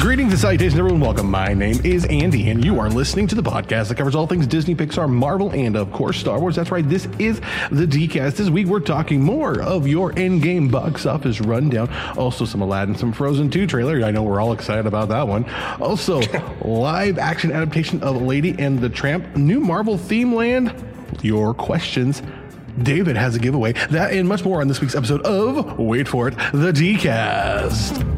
Greetings and salutations, everyone. Welcome. My name is Andy, and you are listening to the podcast that covers all things Disney, Pixar, Marvel, and of course Star Wars. That's right. This is the DCast. This week we're talking more of your in-game box office rundown. Also, some Aladdin, some Frozen 2 trailer. I know we're all excited about that one. Also, live action adaptation of Lady and the Tramp, new Marvel theme land. Your questions. David has a giveaway. That and much more on this week's episode of Wait for It, the DCast.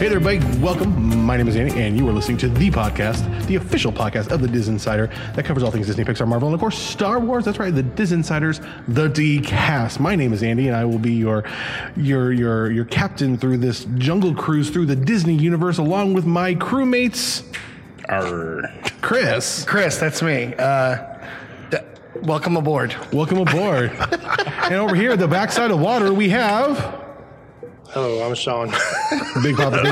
Hey there, everybody. Welcome. My name is Andy, and you are listening to the podcast, the official podcast of the Diz Insider that covers all things Disney, Pixar, Marvel, and of course, Star Wars. That's right, the Diz Insiders, the D-Cast. My name is Andy, and I will be your, your, your, your captain through this jungle cruise through the Disney universe, along with my crewmates, Arr. Chris. Chris, that's me. Uh, d- welcome aboard. Welcome aboard. and over here, the backside of water, we have Hello, Oh, I'm Sean. Big Papa Disney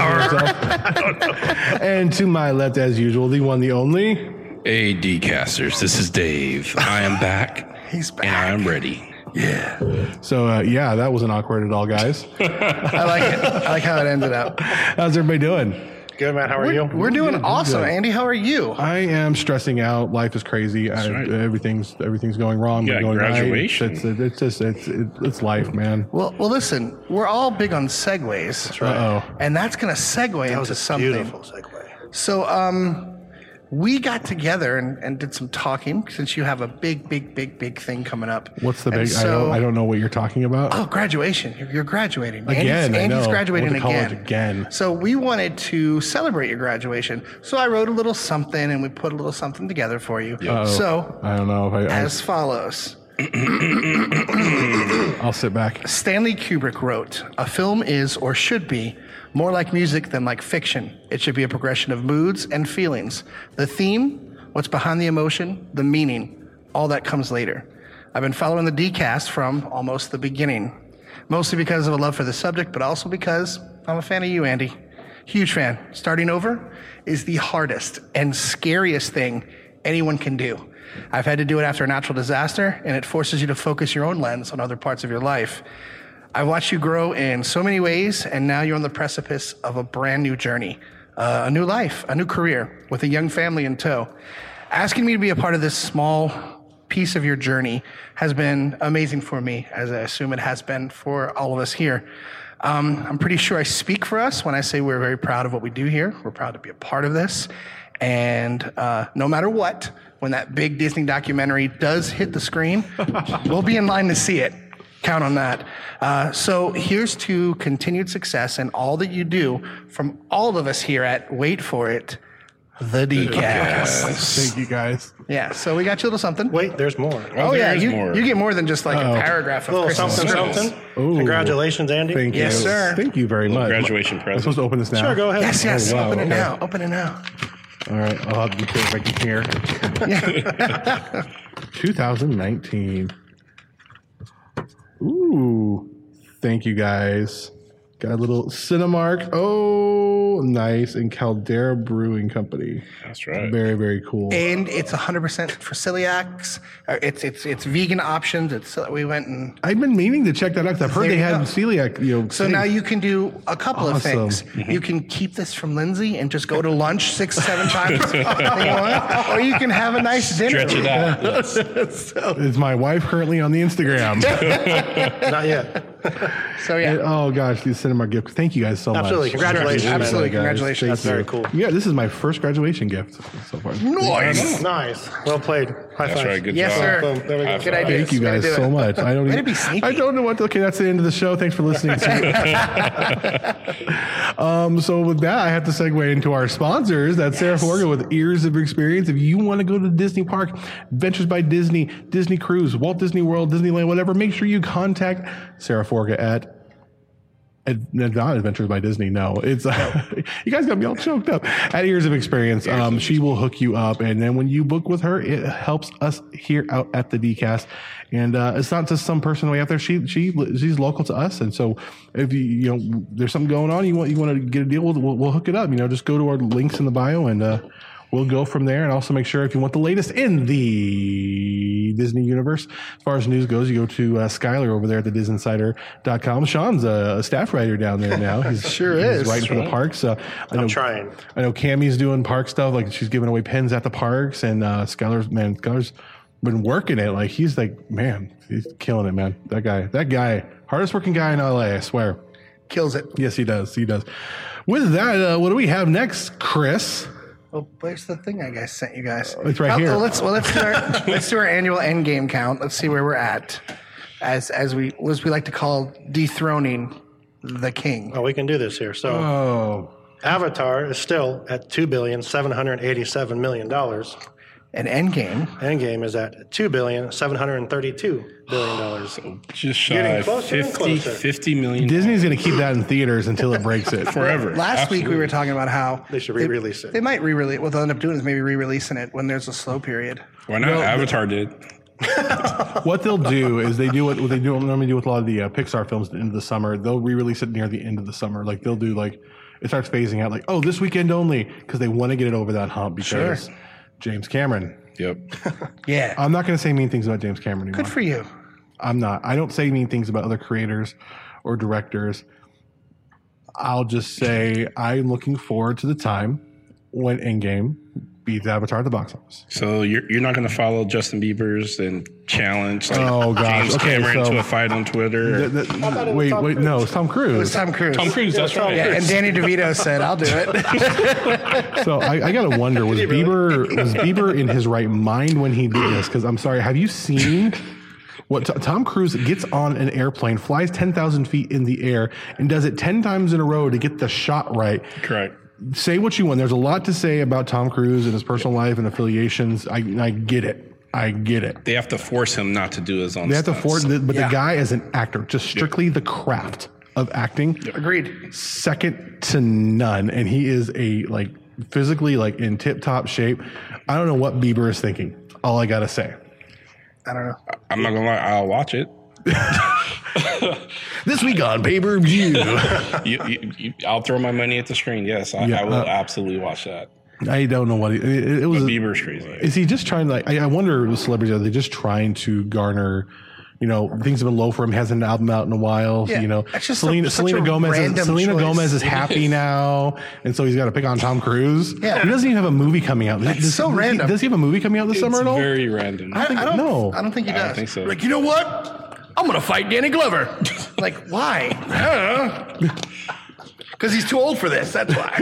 himself. and to my left, as usual, the one, the only. Hey, D-casters, this is Dave. I am back. He's And back. I'm ready. So uh, yeah, that wasn't awkward at all, guys. I like it. I like how it ended up. How's everybody doing? Good, man. How are We're, you? we're doing awesome, good. Andy. How are you? I am stressing out. Life is crazy. I, right. Everything's everything's going wrong. Yeah, but going right. graduation. It's, it's, just it's it, it's life, man. Well, well, listen. We're all big on segues, Uh oh. and that's going to segue that was into a something. beautiful segue. So, um, we got together and, and did some talking since you have a big, big, big, big thing coming up. What's the And big? I, so- don't, I don't know what you're talking about. Oh, graduation. You're, you're graduating. Again, I Andy's, Andy's know. graduating Went to college again. again. So we wanted to celebrate your graduation. So I wrote a little something and we put a little something together for you. Oh, So, I don't know. If I, as follows I, I'll sit back. Stanley Kubrick wrote, A film is or should be more like music than like fiction. It should be a progression of moods and feelings. The theme, what's behind the emotion, the meaning, all that comes later. I've been following the DCast from almost the beginning, mostly because of a love for the subject, but also because I'm a fan of you, Andy. Huge fan. Starting over is the hardest and scariest thing anyone can do. I've had to do it after a natural disaster, and it forces you to focus your own lens on other parts of your life. I watched you grow in so many ways, and now you're on the precipice of a brand new journey, uh, a new life, a new career with a young family in tow. Asking me to be a part of this small piece of your journey has been amazing for me, as I assume it has been for all of us here. Um, I'm pretty sure I speak for us when I say we're very proud of what we do here. We're proud to be a part of this. And uh, no matter what, when that big Disney documentary does hit the screen, we'll be in line to see it. Count on that. Uh, so here's to continued success and all that you do from all of us here at Wait For It, the DCast. Thank you guys. Yeah, so we got you a little something. Wait, there's more. Oh, yeah, there's you, more. you get more than just like Oh. a paragraph A of little Chris's something, scribbles. something. Ooh. Congratulations, Andy. Thank you. Yes, sir. Thank you very much. graduation I'm present. supposed to open this now. Sure, go ahead. Yes, yes. Oh, wow, Open it okay. now. Open it now. All right. I'll have to see if I can hear. 2019. Ooh. Thank you guys. Got a little Cinemark. Oh, nice. And Caldera Brewing Company. That's right. Very, very cool. And it's 100% for celiacs. Uh, It's it's it's vegan options. It's so we went and I've been meaning to check that out 'cause I've heard There they you had go. celiac. You know, so now you can do a couple of Awesome. Mm-hmm. things. You can keep this from Lindsay and just go to lunch six, seven times, if you want, or you can have a nice dinner. Stretch it out. is my wife currently on the Instagram? Not yet. So yeah, oh gosh, these Cinemark gifts. Thank you guys so Absolutely. much. Congratulations, man. Absolutely. Guys, thank Congratulations. That's you. very cool. Yeah, this is my first graduation gift so far. nice. Nice. Well played. High That's five. right. Good Yes, job. sir. Boom. There we go. High Good five. idea. Thank you Way to guys do so it. much. I don't Way even. to be sneaky. I don't know what. Okay, that's the end of the show. Thanks for listening. um, so with that, I have to segue into our sponsors. That's Sarah Forga with Ears of Experience. If you want to go to Disney Park, Adventures by Disney, Disney Cruise, Walt Disney World, Disneyland, whatever, make sure you contact Sarah Forga at Ad- not Adventures by Disney. No, it's uh, you guys got me all choked up at Years of Experience. Um, she will hook you up, and then when you book with her, it helps us here out at the DCast. And uh, it's not just some person way out there. She she she's local to us, and so if you you know there's something going on, you want you want to get a deal, we'll, we'll hook it up. You know, just go to our links in the bio, and uh, we'll go from there. And also make sure if you want the latest in the the Disney universe. As far as news goes, you go to uh, Skyler over there at the disinsider.com. Sean's a, a staff writer down there now. He's Sure he's is. writing for the parks. Uh, I know, I'm trying. I know Cammy's doing park stuff, like she's giving away pens at the parks, and uh, Skyler's man, Skyler's been working it. Like he's like, man, he's killing it, man. That guy, that guy, hardest working guy in LA, I swear. Kills it. Yes, he does. He does. With that, uh, what do we have next, Chris? Well, where's the thing I guys sent you guys? it's right here. Well, let's well let's do our let's do our annual end game count. Let's see where we're at, as as we as we like to call dethroning the king. Oh, we can do this here. So Oh, Avatar is still at two billion seven hundred eighty-seven million dollars. And end game. Endgame is at two billion seven hundred thirty-two billion dollars. Just shy Getting of closer and 50, closer. 50 million Disney's going to keep that in theaters until it breaks it. forever. Last week we were talking about how They should re-release They it. might re-release. What they'll end up doing is maybe re-releasing it when there's a slow period. Why not? Avatar did. what they'll do is they do what, what they do normally do with a lot of the uh, Pixar films at the end of the summer. They'll re-release it near the end of the summer. Like they'll do like it starts phasing out. Like oh, this weekend only because they want to get it over that hump because James Cameron. Yep. Yeah. I'm not going to say mean things about James Cameron anymore. Good for you. I'm not. I don't say mean things about other creators or directors. I'll just say I'm looking forward to the time when Endgame beats Avatar at the box office. So you're, you're not going to follow Justin Bieber's and challenge like Oh, gosh. James Okay, Cameron so- to a fight on Twitter. Th- th- wait, wait, no, it's Tom Cruise. It's Tom Cruise. Tom Cruise, that's right. Yeah, and Danny DeVito said, "I'll do it." So I, I gotta wonder was Bieber was Bieber in his right mind when he did this? Because I'm sorry, have you seen what T- Tom Cruise gets on an airplane, flies ten thousand feet in the air, and does it ten times in a row to get the shot right? Correct. Say what you want. There's a lot to say about Tom Cruise and his personal life and affiliations. I, I get it. I get it. They have to force him not to do his own They have to stunts. afford, but Yeah. the guy is an actor, just strictly the craft of acting Agreed. second to none, and he is a like physically like in tip top shape. I don't know what Bieber is thinking. All I gotta say. I don't know. I'm not going to lie. I'll watch it. This week on pay per view, You, you, you, I'll throw my money at the screen. Yes, I, Yeah, I will uh, absolutely watch that. I don't know what he, it, it was. Bieber's crazy. Is he just trying to like? I, I wonder with celebrities are they just trying to garner? You know, things have been low for him. Hasn't an album out in a while. Yeah, you know, that's just Selena, so- such Selena a Gomez. Is, random Selena choice. Gomez is happy now, and so he's got to pick on Tom Cruise. Yeah. he doesn't even have a movie coming out. That's so random. Does he have a movie coming out this summer at It's all? very random. I think- I don't no. I don't think he I does. don't think so. Like, you know what? I'm gonna fight Danny Glover. like, why? Because he's too old for this. That's why.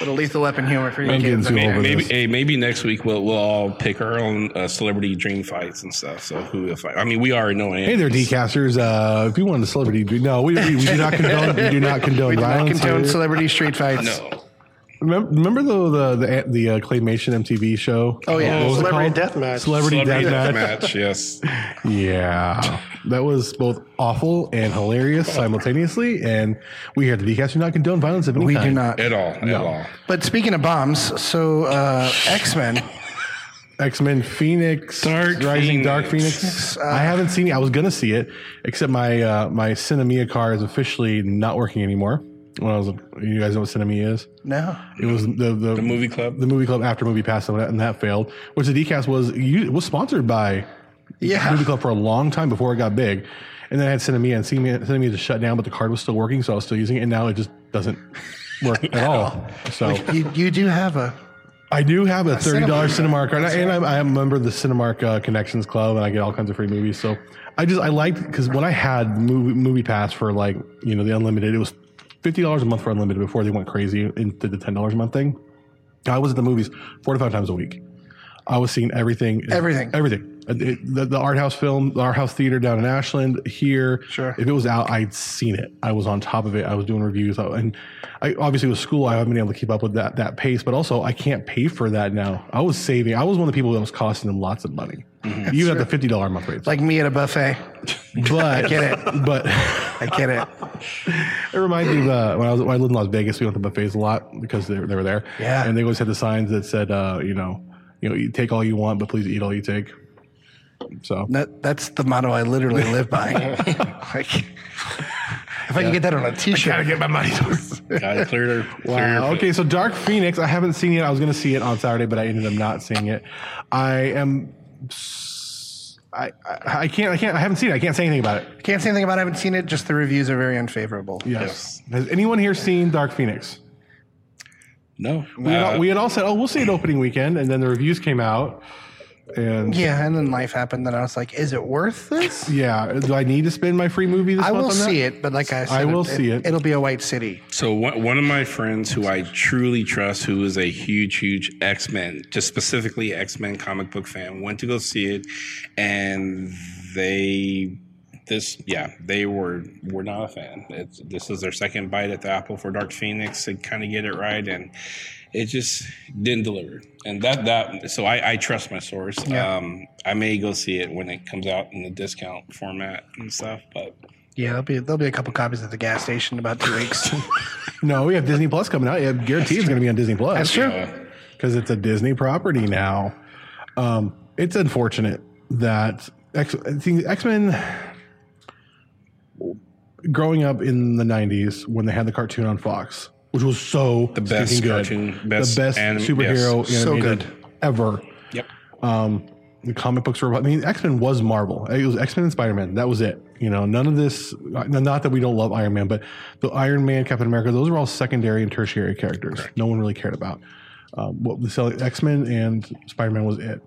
Little lethal weapon humor for you I'm getting kids. too old Maybe, for maybe, this. hey, maybe next week we'll, we'll all pick our own uh, celebrity dream fights and stuff. So who will fight? I mean, we already know. Hey there, decasters. Uh, if you want a celebrity, do- no, we, we, we do not condone. We do not condone We do not violence. condone here. celebrity street fights. No. Remember, remember the the the, the uh, claymation MTV show? Oh, yeah. What was it Celebrity called? Deathmatch. Celebrity, Celebrity deathmatch. match. Yes. Yeah, that was both awful and hilarious simultaneously. And we here at the Decast do not condone violence of any we kind. do not. At all. At all. But speaking of bombs, so uh, X Men. X Men Phoenix, Dark Rising Phoenix. Dark Phoenix. I haven't seen it. I was gonna see it, except my uh, my Cinemia car is officially not working anymore. When I was, you guys know what Cinemia is? No, It was the the, the movie club? the movie club after movie passed and that, and that failed. Which the decast was you was sponsored by Yeah. movie club for a long time before it got big, and then I had Cinemia and Cinemia, Cinemia just shut down, but the card was still working, so I was still using it, and now it just doesn't work at all. So you you do have a. I do have a thirty dollars Cinemark. Cinemark card, and I'm, I'm a member of the Cinemark uh, Connections Club, and I get all kinds of free movies. So I just I liked because when I had movie movie pass for like you know the unlimited, it was fifty dollars a month for unlimited before they went crazy into the ten dollars a month thing. I was at the movies four to five times a week. I was seeing everything, Everything. everything. Uh, it- the, the art house film, the art house theater down in Ashland, here. Sure. If it was out, I'd seen it. I was on top of it. I was doing reviews, I- and I obviously with school, I haven't been able to keep up with that that pace. But also, I can't pay for that now. I was saving. I was one of the people that was costing them lots of money, even at the fifty dollar month rate. Mm-hmm. Like me at a buffet. but get it. But I get it. It reminds me of uh, when I was when I lived in Las Vegas. We went to buffets a lot because they, were- they were there. Yeah. and they always had the signs that said, uh, you know, you know, you take all you want, but please eat all you take. So That, that's the motto I literally live by. like, if I can get that on a T-shirt, I gotta get my money's worth. Got it cleared. cleared. wow. Okay, so Dark Phoenix. I haven't seen it. I was going to see it on Saturday, but I ended up not seeing it. I am I, I I can't I can't I haven't seen it. I can't say anything about it. Can't say anything about it. I haven't seen it. Just the reviews are very unfavorable. Yes. Has anyone here seen Dark Phoenix? No, We had, Uh, all, we had all said, "Oh, we'll see it opening weekend," and then the reviews came out, and yeah, Yeah, and then life happened, and I was like, "Is it worth this?" do I need to spend my free movie this I month? will on that? see it, but like I said, I will see it. It'll be a white city. So one, one of my friends who I truly trust, who is a huge, huge X Men, just specifically X Men comic book fan, went to go see it, and they, this yeah, they were were not a fan. It's, this is their second bite at the apple for Dark Phoenix. They kind of get it right, and it just didn't deliver. And that that so I, I trust my source. Um, I may go see it when it comes out in the discount format and stuff, but Yeah, there'll be there'll be a couple copies at the gas station in about two weeks. No, we have Disney Plus coming out. Yeah, guaranteed it's going to be on Disney Plus. That's true. because it's a Disney property now. Um, it's unfortunate that X Men. Growing up in the '90s, when they had the cartoon on Fox, which was so the best good, cartoon, best the best anim- superhero yes, so animated ever. yep. Um, the comic books were. I mean, X Men was Marvel. It was X Men and Spider Man. That was it. You know, none of this. Not that we don't love Iron Man, but the Iron Man, Captain America, those were all secondary and tertiary characters. No one really cared about. Um, what the X Men and Spider Man was it.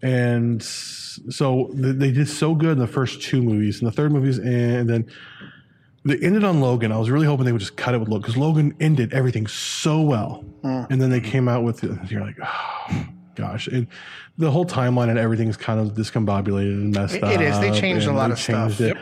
And s- so th- they did so good in the first two movies, and the third movies, and then they ended on Logan. I was really hoping they would just cut it with Logan because Logan ended everything so well, Mm. and then they came out with it. You're like, oh, gosh, and the whole timeline and everything's kind of discombobulated and messed It- up. it is. They changed a and lot they of stuff. changed it.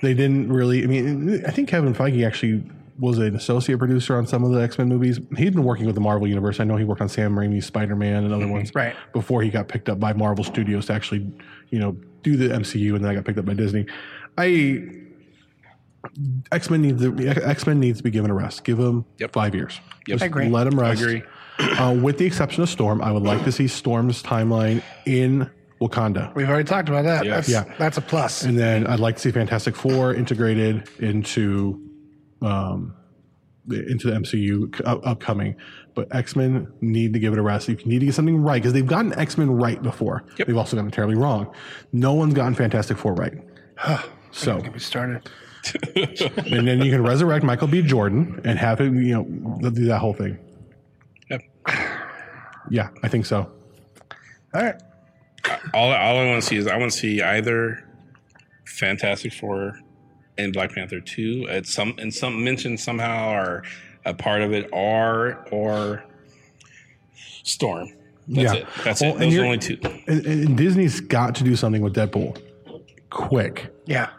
They didn't really. I mean, I think Kevin Feige actually was an associate producer on some of the X Men movies. He'd been working with the Marvel universe. I know he worked on Sam Raimi's Spider Man and other ones Mm-hmm. Right. before he got picked up by Marvel Studios to actually, you know, do the MCU, and then I got picked up by Disney. I X Men needs to X Men needs to be given a rest. Give them Yep. five years. Just I agree. Let them rest. agree. Uh, with the exception of Storm, I would like to see Storm's timeline in Wakanda. We've already talked about that. Yes. That's, that's a plus. And then I'd like to see Fantastic Four integrated into um, the- into the MCU c- up- upcoming. But X Men need to give it a rest. You need to get something right because they've gotten X Men right before. They've also gotten it terribly wrong. No one's gotten Fantastic Four right. so Get me started. and then you can resurrect Michael B. Jordan and have him, you know, they'll do that whole thing. Yep. Yeah, I think so. All right. All, all I want to see is I want to see either Fantastic Four and Black Panther two at some in some mention somehow or a part of it or or Storm. That's Yeah. it. That's Well, and it. Those are you're- only two. And, and Disney's got to do something with Deadpool quick. Yeah.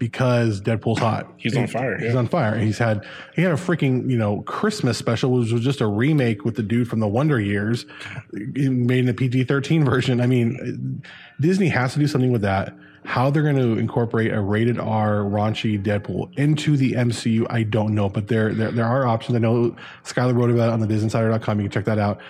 because Deadpool's hot. He's on fire, He's yeah. on fire. He's had he had a freaking you know Christmas special, which was just a remake with the dude from the Wonder Years, it made in the PG thirteen version. I mean, Disney has to do something with that. How they're going to incorporate a rated R raunchy Deadpool into the MCU, I don't know, but there there, there are options. I know Skylar wrote about it on the BizInsider.com. You can check that out.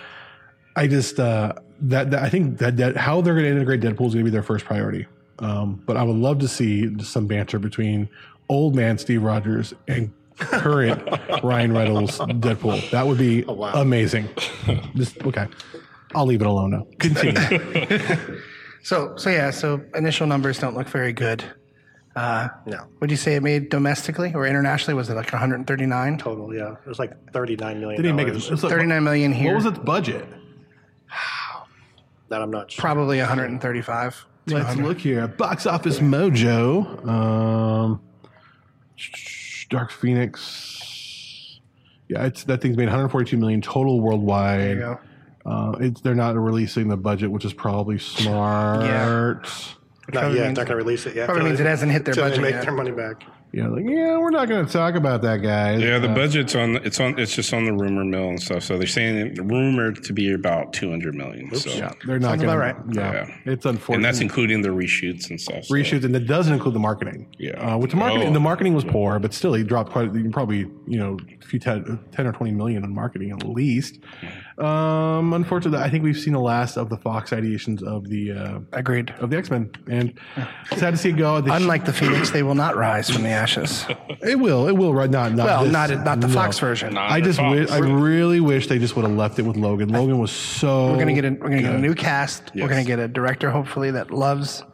I just uh, that, that I think that, that how they're going to integrate Deadpool is going to be their first priority. Um, but I would love to see some banter between old man Steve Rogers and current Ryan Reynolds Deadpool. That would be amazing. Just okay. I'll leave it alone now. Continue. So so yeah. So initial numbers don't look very good. Uh, No. Would you say it made domestically or internationally? Was it like 139? Total, yeah. It was like $39 million. Didn't even make it. it's like- 39 million here. What was its budget? That I'm not sure. Probably 135. Let's look here. Box Office Mojo. Um, Dark Phoenix. Yeah, it's that thing's made 142 million total worldwide. There you go. Uh, it's they're not releasing the budget, which is probably smart. Not probably yet. means- Not going to release it yet. probably means it hasn't hit their until they budget make yet. their money back. Yeah, like yeah, we're not going to talk about that, guys. Yeah, the Uh, budget's on. It's on. It's just on the rumor mill and stuff. So they're saying it rumored to be about two hundred million. So Yeah, they're not Sounds gonna, about right. Yeah, Yeah. it's unfortunate. and that's including the reshoots and stuff. so- reshoots, and that doesn't include the marketing. Yeah. uh, with the marketing, Oh. the marketing was poor, but still, he dropped quite. He probably you know a few ten, 10 or twenty million on marketing at least. Um, unfortunately, I think we've seen the last of the Fox ideations of the uh, Agreed. of the X Men, and sad to see it go. They sh- Unlike the Phoenix, they will not rise from the ashes. It will. It will. Right? Not. not Well, this- not not the no. Fox version. Not I the just. Wi- Fox. I really wish they just would have left it with Logan. Logan was so. We're gonna get a, we're gonna get a new cast. We're Yes. gonna get a director, hopefully, that loves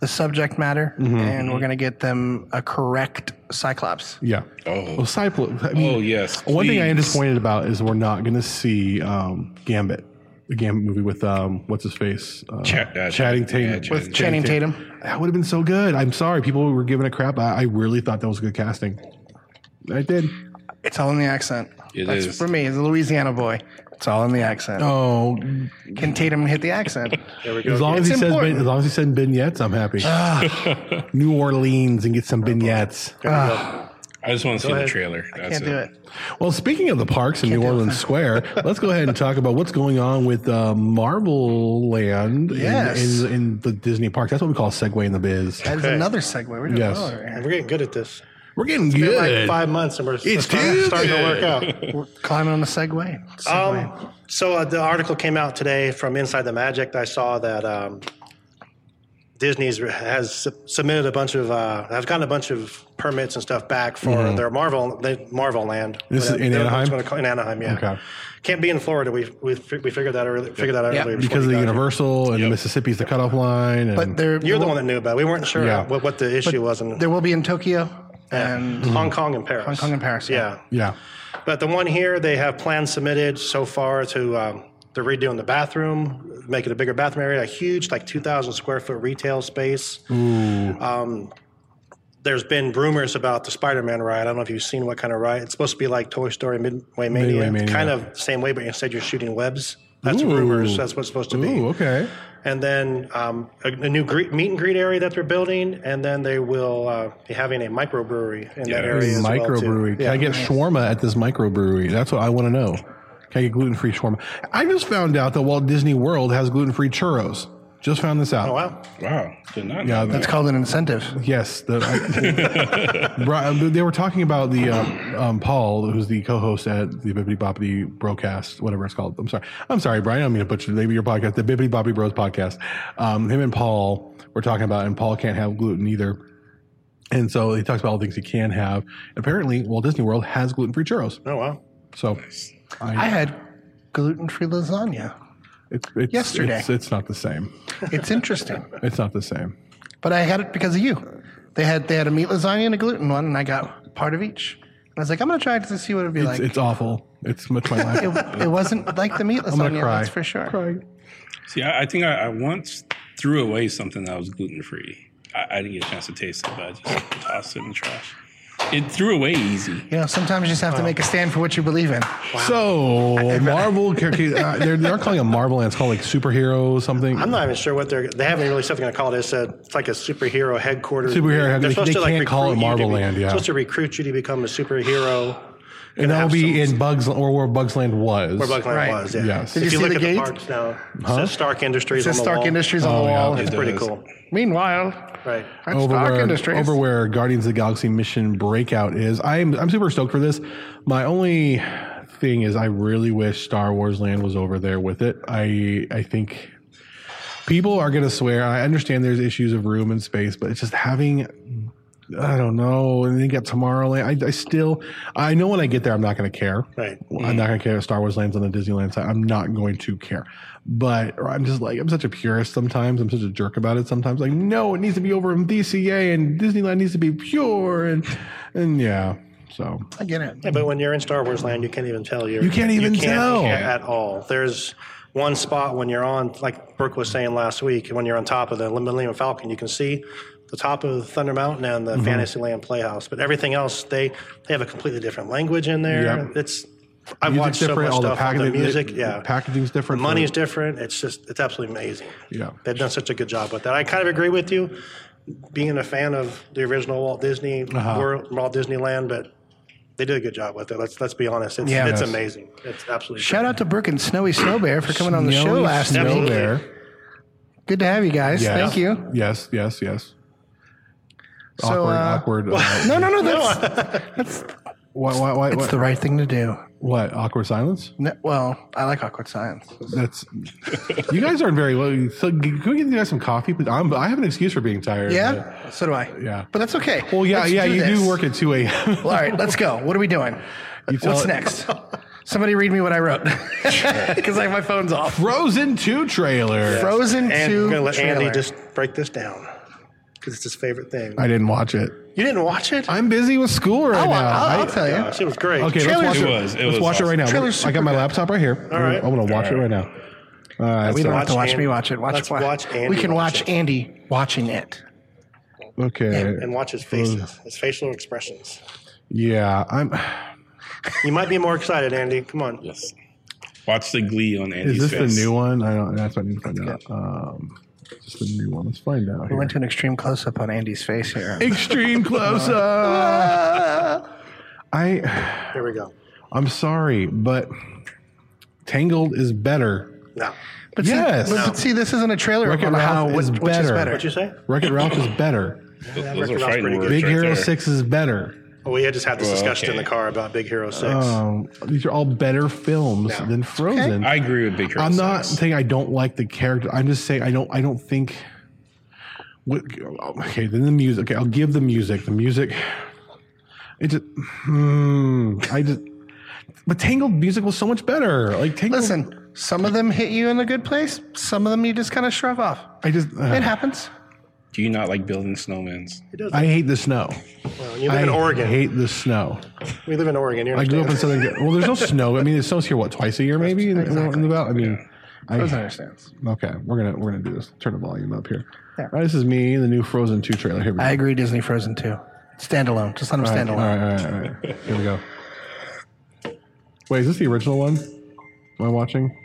the subject matter, and we're gonna get them a correct Cyclops. Yeah. Oh. Well, Cyplo. I mean, Oh, yes, One thing I am please. disappointed about is we're not going to see um, Gambit, the Gambit movie with um, what's his face, uh, Chat- uh, Chatting Tatum. yeah, With With Channing Tatum. That would have been so good. I'm sorry, people were giving a crap. I, I really thought that was good casting. I did. It's all in the accent. It That's is. for me. As a Louisiana boy, it's all in the accent. Oh, Can Tatum hit the accent? There we go. as long as It's he says important. bin, as long as he said vignettes, I'm happy. new Orleans and get some vignettes. I just want to see the ahead. trailer. That's Can't do it. Well, speaking of the parks in New Orleans Square, let's go ahead and talk about what's going on with uh, Marvel Land in- Yes. in, in, the Disney park. That's what we call a segue in the biz. That is Okay. another segue. We're doing Yes. well right here. We're getting good at this. We're getting Been good. Like five months, and we're It's starting, too starting to work good. out. We're climbing on the segue. Segue. Um, so uh, the article came out today from Inside the Magic. I saw that um, Disney's has su- submitted a bunch of uh, has gotten a bunch of permits and stuff back for their Marvel they, Marvel Land. Mm-hmm. This is Whatever- in whatever it's Anaheim? gonna call- in Anaheim, yeah. Okay. Can't be in Florida. We we, fi- we figured that early, figured that out Yeah, earlier before because of we the got here. Universal and Mississippi's the cutoff line. And But there, You're the one that knew about. it. We weren't sure Yeah. what, what the issue was in there will be in Tokyo and Hong Kong and Paris. Hong Kong and Paris. Yeah. yeah, But the one here, they have plans submitted so far to, um, they're redoing the bathroom, make it a bigger bathroom area, a huge, like 2,000 square foot retail space. Um, there's been rumors about the Spider Man ride. I don't know if you've seen what kind of ride. It's supposed to be like Toy Story Midway Mania, Midway Mania. kind of same way, but instead you're shooting webs. That's Ooh. rumors. That's what's supposed to be. Ooh, okay. And then um, a, a new greet, meet and greet area that they're building, and then they will uh, be having a microbrewery in that area as well. too. Microbrewery. Can I get shawarma at this microbrewery? That's what I want to know. Can I get gluten free shawarma? I just found out that Walt Disney World has gluten free churros. Just found this out. Oh, wow. it. Wow. Did not Yeah, know that's It's called an incentive. Yes, the, I- Bri- they were talking about the um, um, Paul, who's the co-host at the Bibbidi Bobbidi Broadcast, whatever it's called. I'm sorry, I'm sorry, Brian. I don't mean to butcher the name of your podcast, the Bibbidi Bobbidi Bros podcast. Um, him and Paul were talking about, and Paul can't have gluten either. And so he talks about all the things he can have. Apparently, Walt Disney World has gluten-free churros. Oh, wow. So I had gluten-free lasagna. it's, it's Yesterday. it's, it's not the same. It's interesting, It's not the same. but I had it because of you. They had they had a meat lasagna and a gluten one, and I got part of each. And I was like, I'm gonna try it to see what it'd be It's, like. it's awful. It's much my life. it, it wasn't like the meat I'm gonna lasagna, cry. that's for sure. Cry. See, I, I think I, I once threw away something that was gluten free. I, I didn't get a chance to taste it, but I just tossed it in the trash. It threw away easy. You know, sometimes you just have to make a stand for what you believe in. So Marvel, character- uh, they're they're calling it Marvel, and it's called like superhero something. I'm not even sure what they're. They haven't really said they're going to call it. They said it's like a superhero headquarters. Superhero headquarters. They're They- supposed they to like can't call it recruit you to Marvel be- Land, yeah. Supposed to recruit you to become a superhero. and that'll have be some- in Bugs or where Bugs Land was. Where Buckland Right. was. Yeah. Yes. Did If you you, see look the at gate? the parks now, it says Stark Industries. It says on the Stark wall. Industries on the Oh, yeah, wall. It's It pretty does. cool. Meanwhile, Right. that's over Stark where, Industries. over where Guardians of the Galaxy mission breakout is. I'm I'm super stoked for this. My only thing is I really wish Star Wars Land was over there with it. I I think people are gonna swear. I understand there's issues of room and space, but it's just having I don't know. And then you got Tomorrowland. I, I still, I know when I get there, I'm not going to care. Right. I'm not going to care if Star Wars lands on the Disneyland side. I'm not going to care. But I'm just like, I'm such a purist sometimes. I'm such a jerk about it sometimes. Like, no, it needs to be over in DCA and Disneyland needs to be pure. And, and yeah. So I get it. Yeah, but when you're in Star Wars Land, you can't even tell. You're, You can't even tell. at all. There's one spot when you're on, like Brooke was saying last week, when you're on top of the Millennium Falcon, you can see the top of Thunder Mountain and Mm-hmm. the Fantasyland Playhouse. But everything else, they they have a completely different language in there. Yep. It's I've Music's watched so much all stuff. The, packaging- music, the yeah, Packaging's different. money's for- different. It's just it's absolutely amazing. Yeah. They've done such a good job with that. I kind of agree with you, being a fan of the original Walt Disney Uh-huh. World, Walt Disneyland, but they did a good job with it. Let's let's be honest. It's, Yeah. it's Yes. amazing. It's absolutely Shout out to Brooke and Snowy Snow Bear for coming on the show Snowy last Snow week. Absolutely. Bear. Good to have you guys. Yes. Thank you. Yes, yes, yes. So, uh, awkward, awkward. uh, No, no, no. That's, that's Why? Why? Why? It's what, the right thing to do. what? Awkward silence. No, well, I like awkward science. That's. you guys aren't very well. So can we get you guys some coffee? But I'm, I have an excuse for being tired. Yeah, so do I. Yeah. but that's okay. Well, yeah, Let's yeah. you this. do work at two a.m. Well, all right, let's go. What are we doing? tell What's it. next? Somebody read me what I wrote because like my phone's off. Frozen Two trailer. Frozen And we're 2 gonna let trailer. Andy just break this down because it's his favorite thing. I didn't watch it. you didn't watch it? I'm busy with school right I'll, now. I- Oh, I'll, I'll tell you. Gosh, it was great. okay, let's Trailer's- watch it. It was- it let's was watch it right now. Trailer's I got my laptop right here. All right. I want to watch it right now. Uh, We don't so- have to watch Andy- me watch it. Watch, let's watch Andy We can watch watch Andy watching it. okay. and watch his faces, Oh. his facial expressions. Yeah, I'm. You might be more excited, Andy. Come on. Yes. Watch the glee on Is Andy's this face. the new one? I don't. That's what I need to find out. Um, just the new one. Let's find out. We here. went to an extreme close up on Andy's face here. Extreme close up. I. Here we go. I'm sorry, but Tangled is better. No. But Yes. see, but, but see, this isn't a trailer Wreck-It on how Ralph which, is which is better. What'd you better. say? Wreck It Ralph is better. Those, Yeah, those are Wreck-It Ralph's fighting pretty words. good. Big right Hero there. Six is better. Well, Oh, we had just had this Well, discussion in okay. the car about Big Hero Six. Um, these are all better films than Frozen. I agree with Big Hero. I'm not Six. saying I don't like the character. I'm just saying I don't. I don't think. What, okay, then the music. Okay, I'll give the music. The music. It just. Hmm, I just. But Tangled music was so much better. Like Tangled. Listen, some of them hit you in a good place. Some of them you just kind of shrug off. I just. It Uh, happens. Do you not like building snowmen? I hate the snow. Well, you live I in Oregon. hate the snow. we live in Oregon. You I grew up in understand? Southern. Well, there's no snow. I mean, it snows here. What twice a year, maybe? In, in- in the Val- I mean, Frozen I, understands. okay. We're gonna we're gonna do this. Turn the volume up here. Yeah. All right, this is me, the new Frozen Two trailer. Here we go. I agree. Disney Frozen too. Standalone. Just let them stand All alone. right, all right, all right, all right. Here we go. Wait, is this the original one? Am I watching?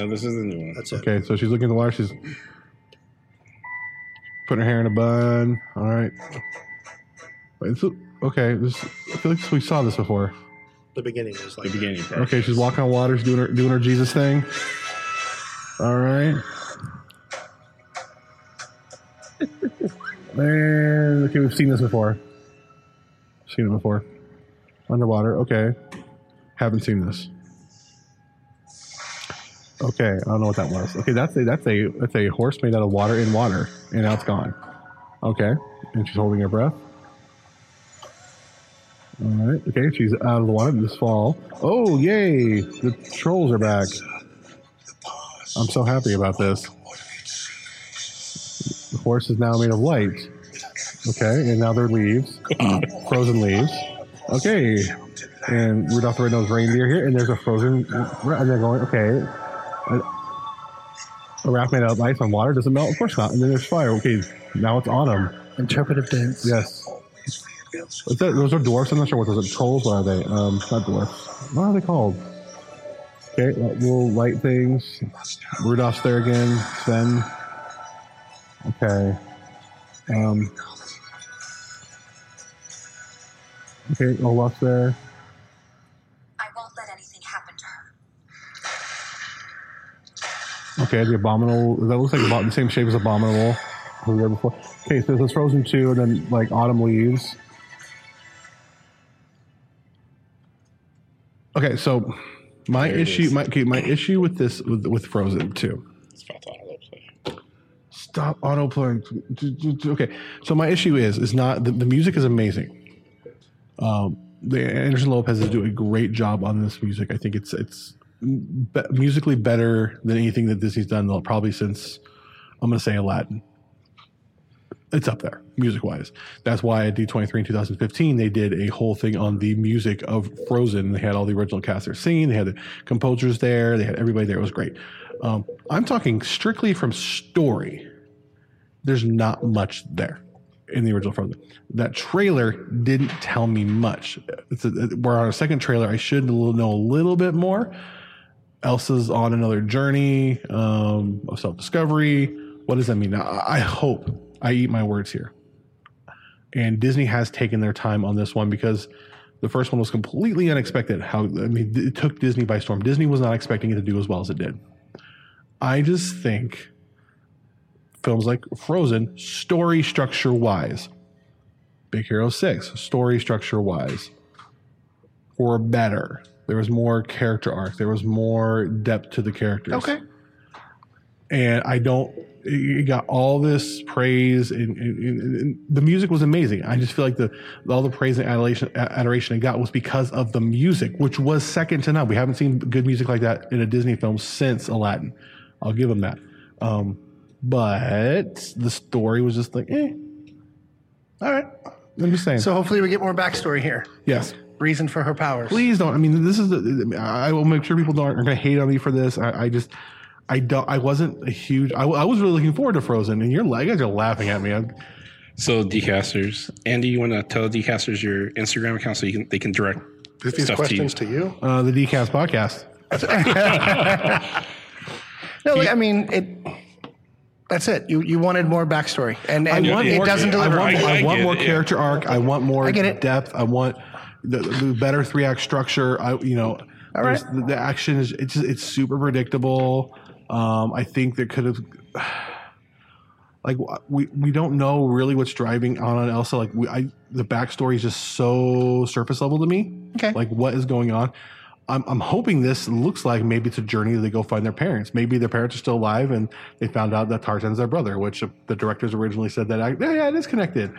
No, this is the new one. That's it. Okay, so she's looking at the water. She's putting her hair in a bun. All right. Wait, this, okay, this, I feel like we saw this before. The beginning is The like beginning part. Okay, she's walking on water. She's doing her doing her Jesus thing. All right. And okay, we've seen this before. Seen it before. Underwater. Okay. Haven't seen this. Okay, I don't know what that was. Okay, that's a that's a that's a horse made out of water in water, and now it's gone. Okay, and she's holding her breath. All right. Okay, she's out of the water this fall. Oh, yay! The trolls are back. I'm so happy about this. The horse is now made of light. Okay, and now they're leaves, frozen leaves. Okay, and Rudolph the Red-Nosed Reindeer here, and there's a frozen. And they're going okay. A raft made out of ice and water doesn't melt. Of course not. And then there's fire. Okay, now it's autumn. Interpretive dance. Yes. Is that- those are dwarfs. I'm not sure what those are. Trolls? What are they? Um, not dwarfs. What are they called? Okay, uh, little light things. Rudolph's there again. Sven. Okay. Um. Okay, Olaf's there. I won't let anything happen to her. Okay, the abominable. That looks like about the same shape as abominable. who was there before. Okay, so this is Frozen Two, and then like Autumn Leaves. Okay, so my There it issue, is. my okay, my issue with this with, with Frozen Two. It's about to autoplay. Stop autoplaying. Okay, so my issue is is not the, the music is amazing. Um, the Anderson Lopez is doing a great job on this music. I think it's it's be, musically better than anything that Disney's done though, probably since I'm going to say Aladdin. It's up there music wise. That's why at D23 in 2015 they did a whole thing on the music of Frozen. They had all the original cast there singing. They had the composers there. They had everybody there. It was great. Um, I'm talking strictly from story there's not much there in the original Frozen. That trailer didn't tell me much. It's a, we're on a second trailer. I should l- know a little bit more. Elsa's on another journey um, of self discovery. What does that mean? I, I hope I eat my words here. And Disney has taken their time on this one because the first one was completely unexpected. How I mean, it took Disney by storm. Disney was not expecting it to do as well as it did. I just think films like Frozen, story structure wise. Big Hero 6, story structure wise. were better. There was more character arc. There was more depth to the characters. Okay. and I don't. It got all this praise, and, and- and- and the music was amazing. I just feel like the all the praise and adoration, adoration it got was because of the music, which was second to none. We haven't seen good music like that in a Disney film since Aladdin. I'll give them that. Um, but the story was just like, eh. All right, I'm just saying. So hopefully we get more backstory here. yes. Reason for her powers. Please don't. I mean, this is. The, I will make sure people don't are going to hate on me for this. I, I just. I don't. I wasn't a huge. I, I was really looking forward to Frozen, and you're like, you guys are laughing at me. I'm, So decasters, Andy, you want to tell decasters your Instagram account so you can they can direct These stuff questions to to you. uh, the Decast podcast. No, I mean it. That's it. You you wanted more backstory, and and want it more- doesn't I deliver. want, I- I I want get more it, yeah. character arc. I want more get it. depth. I want the, the better three act structure. I you know, All there's- right. the, the action is it's it's super predictable. Um, I think that could have. Like we we don't know really what's driving Anna and Elsa. Like we, I the backstory is just so surface level to me. Okay. Like what is going on? I'm I'm hoping this looks like maybe it's a journey they go find their parents. Maybe their parents are still alive and they found out that Tarzan's their brother, which the directors originally said that act- yeah, yeah, it is connected.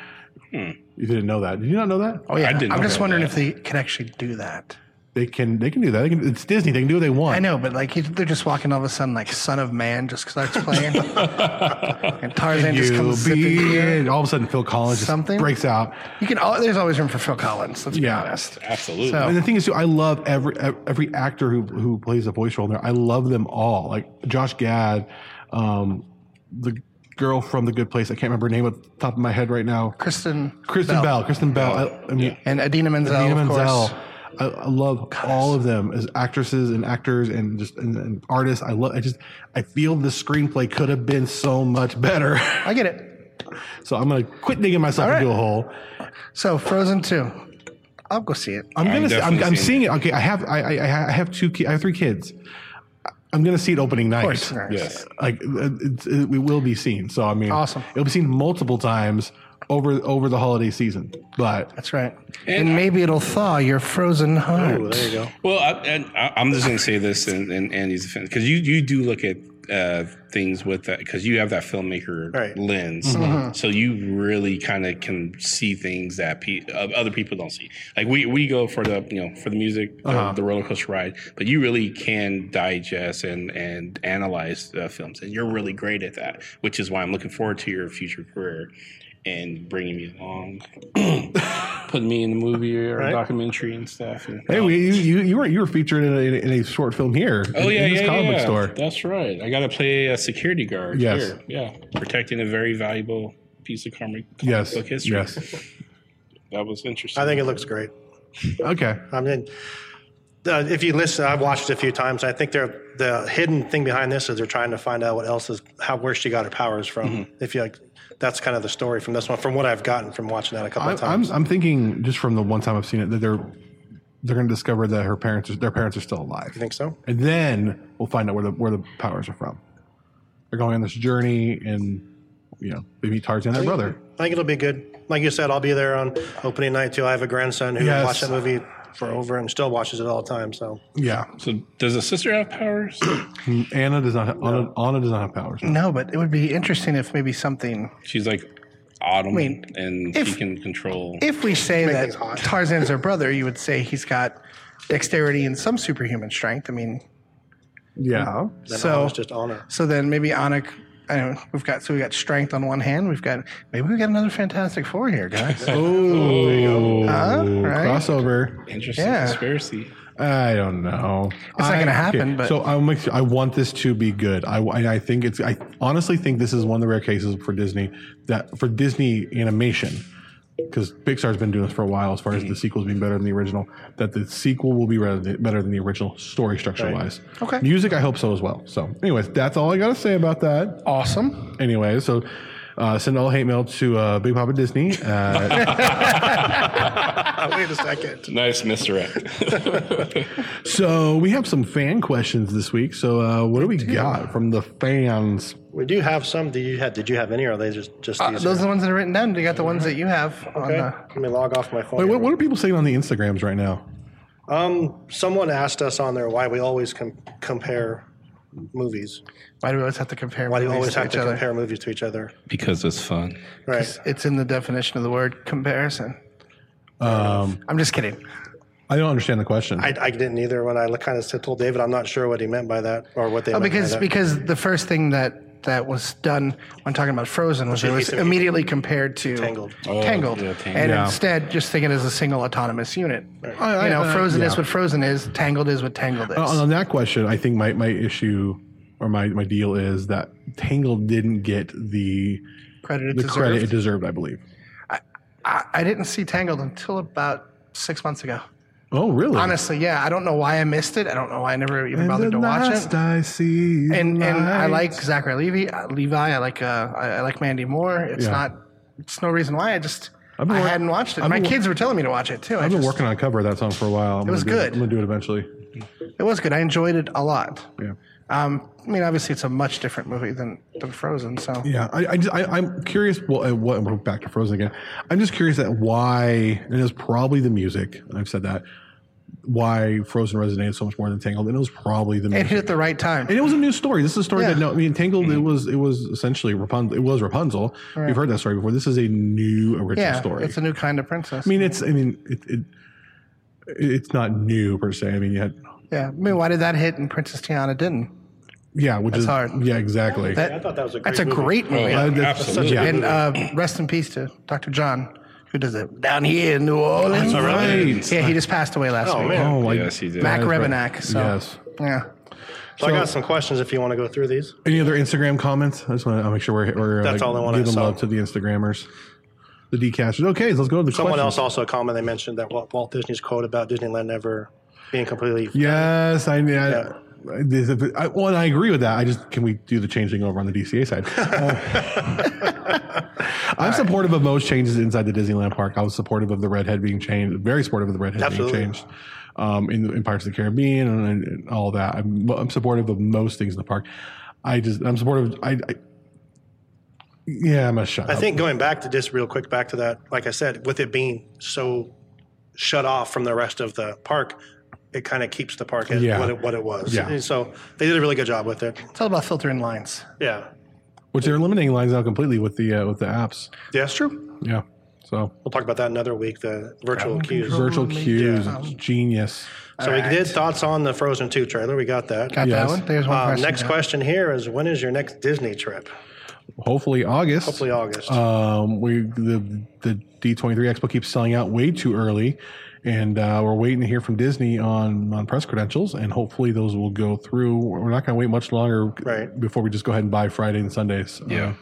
You didn't know that. Did you not know that? oh yeah, I didn't I'm know just about wondering if they can actually do that. They can they can do that. They can, it's Disney. They can do what they want. I know, but like he- they're just walking all of a sudden, like "Son of Man" just starts playing, and Tarzan just You comes be zipping it. in. All of a sudden, Phil Collins just Something? breaks out. You can. All, there's always room for Phil Collins. Let's be Yeah. honest. Absolutely. So- And the thing is, too, I love every every actor who who plays a voice role in there. I love them all. Like Josh Gad, um, the girl from The Good Place. I can't remember her name at the top of my head right now. Kristen. Kristen Bell. Kristen Bell. I, I mean, And Adina Menzel. Idina of course. Menzel. I, I love all of them as actresses and actors and just and, and artists. I love. I just I feel the screenplay could have been so much better. I get it. so I'm gonna quit digging myself into a hole. So Frozen Two. I'll go see it. I'm gonna. see- I'm, I'm, definitely seeing it. Okay, I have. I, I, I have two. Ki- I have three kids. I'm gonna see it opening night. course. Yes. Like uh, it's, it, we will be seen. So I mean, Awesome. It'll be seen multiple times over over the holiday season. But That's right. And, maybe it'll thaw your frozen heart. Ooh, there you go. Well, I, and I, I'm just going to say this in, in Andy's defense because you you do look at uh, things with that because you have that filmmaker Right. lens, so you really kind of can see things that pe- uh, other people don't see. Like we we go for the you know for the music, the- the, roller coaster ride, but you really can digest and and analyze uh, films, and you're really great at that, which is why I'm looking forward to your future career. And bringing me along, putting me in a movie or a documentary and stuff. and- hey, we, you you you were you were featured in a, in a short film here. Oh in, yeah, in this yeah, comic yeah, book yeah. store. That's right. I got to play a security guard Yes. here. Yeah, protecting a very valuable piece of comic, comic Yes. book history. Yes. That was interesting. I think it looks great. Okay. I mean, uh, if you listen, I've watched it a few times. I think they're the hidden thing behind this is they're trying to find out what Elsa's how where she got her powers from. If you like, that's kind of the story from this one, from what I've gotten from watching that a couple I, of times. I'm I'm thinking just from the one time I've seen it that they're they're gonna discover that her parents are, their parents are still alive. you think so? and then we'll find out where the where the powers are from. They're going on this journey, and you know they meet Tarzan, their brother. I think it'll be good. Like you said, I'll be there on opening night too. I have a grandson who Yes. watched that movie for over and still watches it all the time. So Yeah, so. Does the sister have powers? Anna does not. Have, Anna, Anna does not have powers. No, but it would be interesting if maybe something. She's like autumn, mean, and if- she can control. If we say that Tarzan's her brother, you would say he's got dexterity and some superhuman strength. I mean, Yeah, then So- so, it's just honor. so then maybe Anik. I don't know, we've got so we got strength on one hand. We've got maybe we got another Fantastic Four here, guys. Ooh, right? crossover. Interesting yeah. conspiracy. I don't know. It's not gonna happen, but- so I'll make sure, I want this to be good. I, I I think it's. I honestly think this is one of the rare cases for Disney that for Disney animation. Because Pixar's been doing this for a while, as far as the sequels being better than the original, that the sequel will be rather than- better than the original story structure wise. Okay. Music, I hope so as well. So, anyways, that's all I got to say about that. awesome. Anyway, so uh, send all hate mail to uh, Big Papa Disney. Uh, wait a second. Nice misdirect. so we have some fan questions this week. So uh, what do we got from the fans? We do have some. Did you have? Did you have any? Or are they just just Uh, these? those are here? the ones that are written down. You got the ones that you have on okay. the. Let me log off my phone. Wait, here. what, what are people saying on the Instagrams right now? Uh, Um, someone asked us on there why we always com- compare movies. Why do we always have to compare? Why do we movies always to have each to other? compare movies to each other? because it's fun. Right. It's in the definition of the word comparison. Um, I'm just kidding. I don't understand the question. I, I didn't either when I kind of told David I'm not sure what he meant by that or what they Oh, meant because by that. because the first thing that that was done when talking about Frozen was it was Jason- immediately compared to Tangled. Tangled. yeah, Tangled. and Oh, Yeah. instead just think it as a single autonomous unit. I- you know, I- Frozen yeah. Oh, Uh, is what Frozen is. Tangled is what Tangled is. on, on that question, I think my, my issue or my, my deal is that Tangled didn't get the credit it the deserved. credit it deserved, I believe. I, I didn't see Tangled until about six months ago. Oh, really? Honestly, yeah, I don't know why I missed it. I don't know why I never even bothered to watch it. I see. and and I like Zachary Levy, uh, Levi. I like uh, I, I like Mandy Moore. It's Yeah. not. It's no reason why. I just I I've been wor- hadn't watched it. I've My been wor- kids were telling me to watch it too. I I've been just- working on a cover of that song for a while. I'm it was good. I'm gonna do it eventually. It was good. I enjoyed it a lot. Yeah. Um, I mean, obviously, it's a much different movie than than Frozen. So Yeah, I, I just, I, I'm curious. Well, uh, what we're back to Frozen again. I'm just curious that why, and it was probably the music. and I've said that why Frozen resonated so much more than Tangled, and it was probably the it music. hit at the right time. And it was a new story. This is a story Yeah. Mm-hmm. that no, I mean, Tangled. It was it was essentially Rapunzel. It was Rapunzel. We've heard that story before. This is a new original yeah, story. it's a new kind of princess. I mean, it's I mean, it, it it's not new per se. I mean, you had yeah. I mean, why did that hit and Princess Tiana didn't? yeah, which is hard. Yeah, exactly. I thought that was a great That's a movie. Oh, great movie. Uh, that's- absolutely. yeah. And uh, rest in peace to Dr. John, who does it down here in New Orleans. Right. Yeah, he just passed away last Oh week. man. Oh, I- Yes, he did. Mac That's right. Rebenak. So Yes. yeah, So, I got some questions if you want to go through these. Any other Instagram comments? I just want to make sure we're, we're uh, That's all I wanted, giving so- love to the Instagrammers, the DCasters. Okay, so let's go to the Someone questions. else also commented. They mentioned that Walt, Walt Disney's quote about Disneyland never being completely Yes, I mean, I, I- this- I, well, and I agree with that. I just can we do the changing over on the DCA side? Uh, I'm supportive of most changes inside the Disneyland park. I was supportive of the redhead being changed. Very supportive of the redhead Absolutely. being changed um, in, in Pirates of the Caribbean and, and, and all that. I'm, I'm supportive of most things in the park. I just I'm supportive. I, I yeah, I'm a shut. I up. think going back to just real quick back to that, like I said, with it being so shut off from the rest of the park, it kind of keeps the park as Yeah. what, it, what it was. Yeah. And so they did a really good job with it. it's all about filtering lines. Yeah. which they're eliminating lines out completely with the uh, with the apps. Yeah, it's true. Yeah, so We'll talk about that another week, the virtual queues. virtual queues, Yeah. it's genius. so we did thoughts on the Frozen 2 trailer. We got that. Got Yes. that one. There's one Uh, question. next question here is when is your next Disney trip? Hopefully August. Hopefully August. Um, we the the D twenty three Expo keeps selling out way too early, and uh, we're waiting to hear from Disney on on press credentials, and hopefully those will go through. We're not going to wait much longer Right. before we just go ahead and buy Friday and Sundays. Yeah. Uh,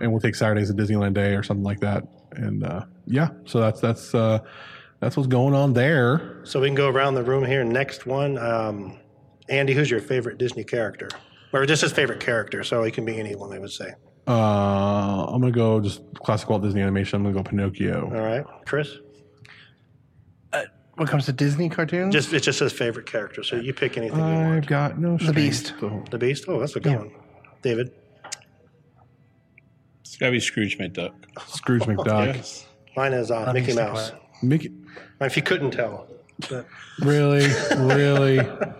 and we'll take Saturdays at Disneyland Day or something like that. And uh, yeah, so that's that's uh, that's what's going on there. so we can go around the room here. Next one, um, Andy, who's your favorite Disney character? Or just his favorite character. So it can be anyone, I would say. Uh, I'm gonna go just classic Walt Disney animation. I'm gonna go Pinocchio. All right. Chris? When it comes to Disney cartoons, Just it's just his favorite character. So you pick anything you I've want. got no strength. Beast. So- The Beast. Oh, that's a good one. David. It's gotta be Scrooge McDuck. Scrooge McDuck. Yes. Mine is uh, Mickey Mouse. Mickey. If you couldn't tell, Really, really. That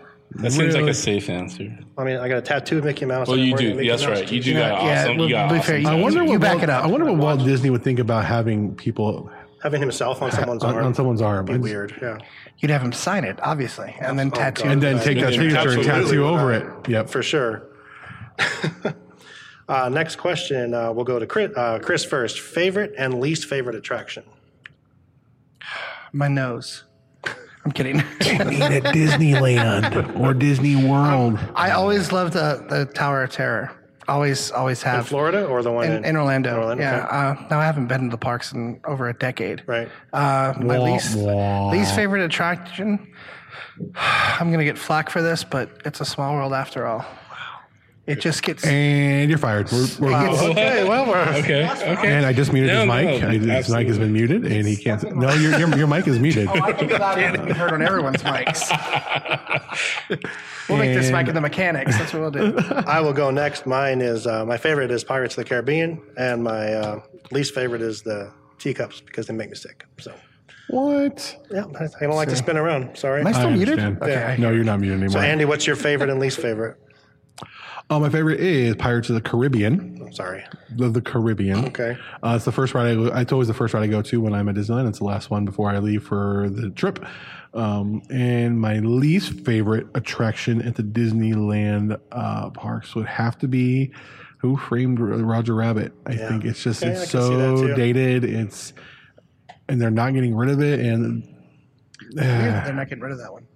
seems like Really? a safe answer. I mean, I got a tattoo of Mickey Mouse. Well, and I'm you wearing do. Mickey That's Mouse right. You do t-shirt. got yeah, awesome. we'll you got be fair. awesome. I wonder what back Walt, it up. I wonder what Walt Disney would think about having people Having himself on someone's on, arm. on someone's arm, Be weird. Yeah, you'd have him sign it, obviously, and Oh, then tattoo. and then take that Yeah, signature and absolutely. tattoo over it. Yep. for sure. uh, next question. Uh, we'll go to Chris, uh, Chris first. Favorite and least favorite attraction. my nose. I'm kidding. at Disneyland or Disney World. I always loved the, the Tower of Terror. Always, always have. Florida or the one in, in, in Orlando. Orlando, yeah. okay. Uh, now I haven't been to the parks in over a decade. Right. Uh, my Wah, least wah. least favorite attraction. I'm gonna get flack for this, but it's a small world after all. It just gets. And you're fired. We're, we're, Okay. Well, we're, Okay. Okay. and I just muted No, his no, mic. I, his mic has absolutely. been muted, and he can't. No, your your, your mic is muted. I think about it. I've heard on everyone's mics. we'll make this mic of the mechanics. That's what we'll do. I will go next. Mine is uh, my favorite is Pirates of the Caribbean, and my uh, least favorite is the teacups because they make me sick. So What? Yeah, I I don't like to spin around. Sorry. Am I still muted? understand. Okay. No, you're not muted So, anymore. Andy, what's your favorite and least favorite? oh, my favorite is Pirates of the Caribbean. I'm sorry. The, the Caribbean. Okay. Uh, it's the first ride. I, it's always the first ride I go to when I'm at Disneyland. It's the last one before I leave for the trip. Um, and my least favorite attraction at the Disneyland uh, parks would have to be Who Framed Roger Rabbit. I Yeah. think it's just Okay, I it's can see that so too. dated. It's and they're not getting rid of it. And Weird that they're not getting rid of that one.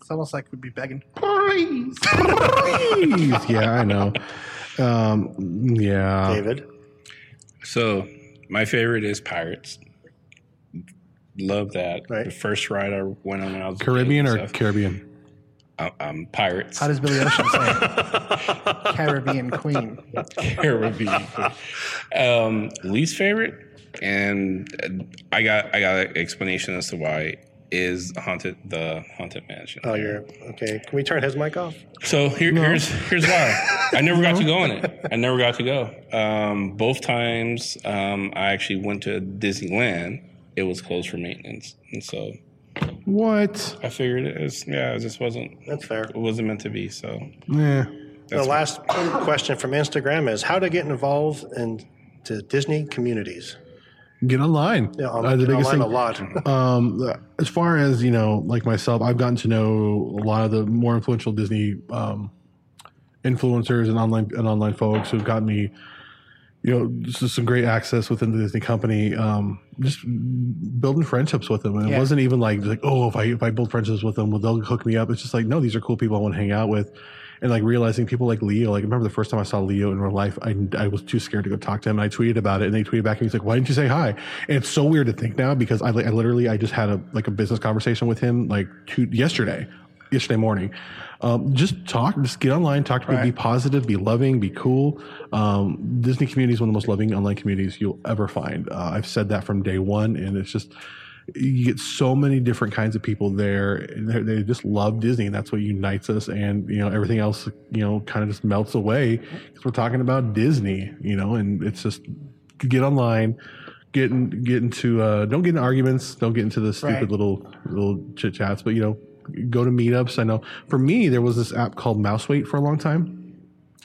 It's almost like we'd be begging. please, please, yeah, I know. Um, yeah, David. So my favorite is Pirates. Love that. Right. The first ride I went on when I was a kid Caribbean and or stuff. Caribbean. um, um, Pirates. How does Billy Ocean say? it? Caribbean Queen. Caribbean. um, least favorite, and uh, I got I got an explanation as to why is haunted the haunted mansion. Oh, you're okay. Can we turn his mic off? So here, here's here's why. I never got to go in it. I never got to go. Um, both times um, I actually went to Disneyland, it was closed for maintenance, and so What? I figured it was yeah, it just wasn't it That's fair. wasn't meant to be. So Yeah. the last question from Instagram is how to get involved in to Disney communities. Get online. Yeah, on, Uh, the biggest online thing. a lot. Um, as far as you know, like myself, I've gotten to know a lot of the more influential Disney um, influencers and online and online folks who've gotten me, you know, just some great access within the Disney company. Um, just building friendships with them, and it Yeah. wasn't even like like oh, if I if I build friendships with them, well, they'll hook me up. It's just like no, these are cool people I want to hang out with. And like realizing people like Leo, like I remember the first time I saw Leo in real life, I, I was too scared to go talk to him. And I tweeted about it, and they tweeted back, and he's like, "Why didn't you say hi?" And it's so weird to think now because I, li- I literally I just had a like a business conversation with him like two, yesterday, yesterday morning. Um, just talk, just get online, talk to people, be positive, be loving, be cool. Um, Disney community is one of the most loving online communities you'll ever find. Uh, I've said that from day one, and it's just you get so many different kinds of people there. and They they just love Disney, and that's what unites us. And you know everything else, you know, kind of just melts away because we're talking about Disney, you know. And it's just get online, get in, get into uh, don't get into arguments, don't get into the stupid Right. little little chit chats, but you know, go to meetups. I know for me there was this app called Mouse Wait for a long time.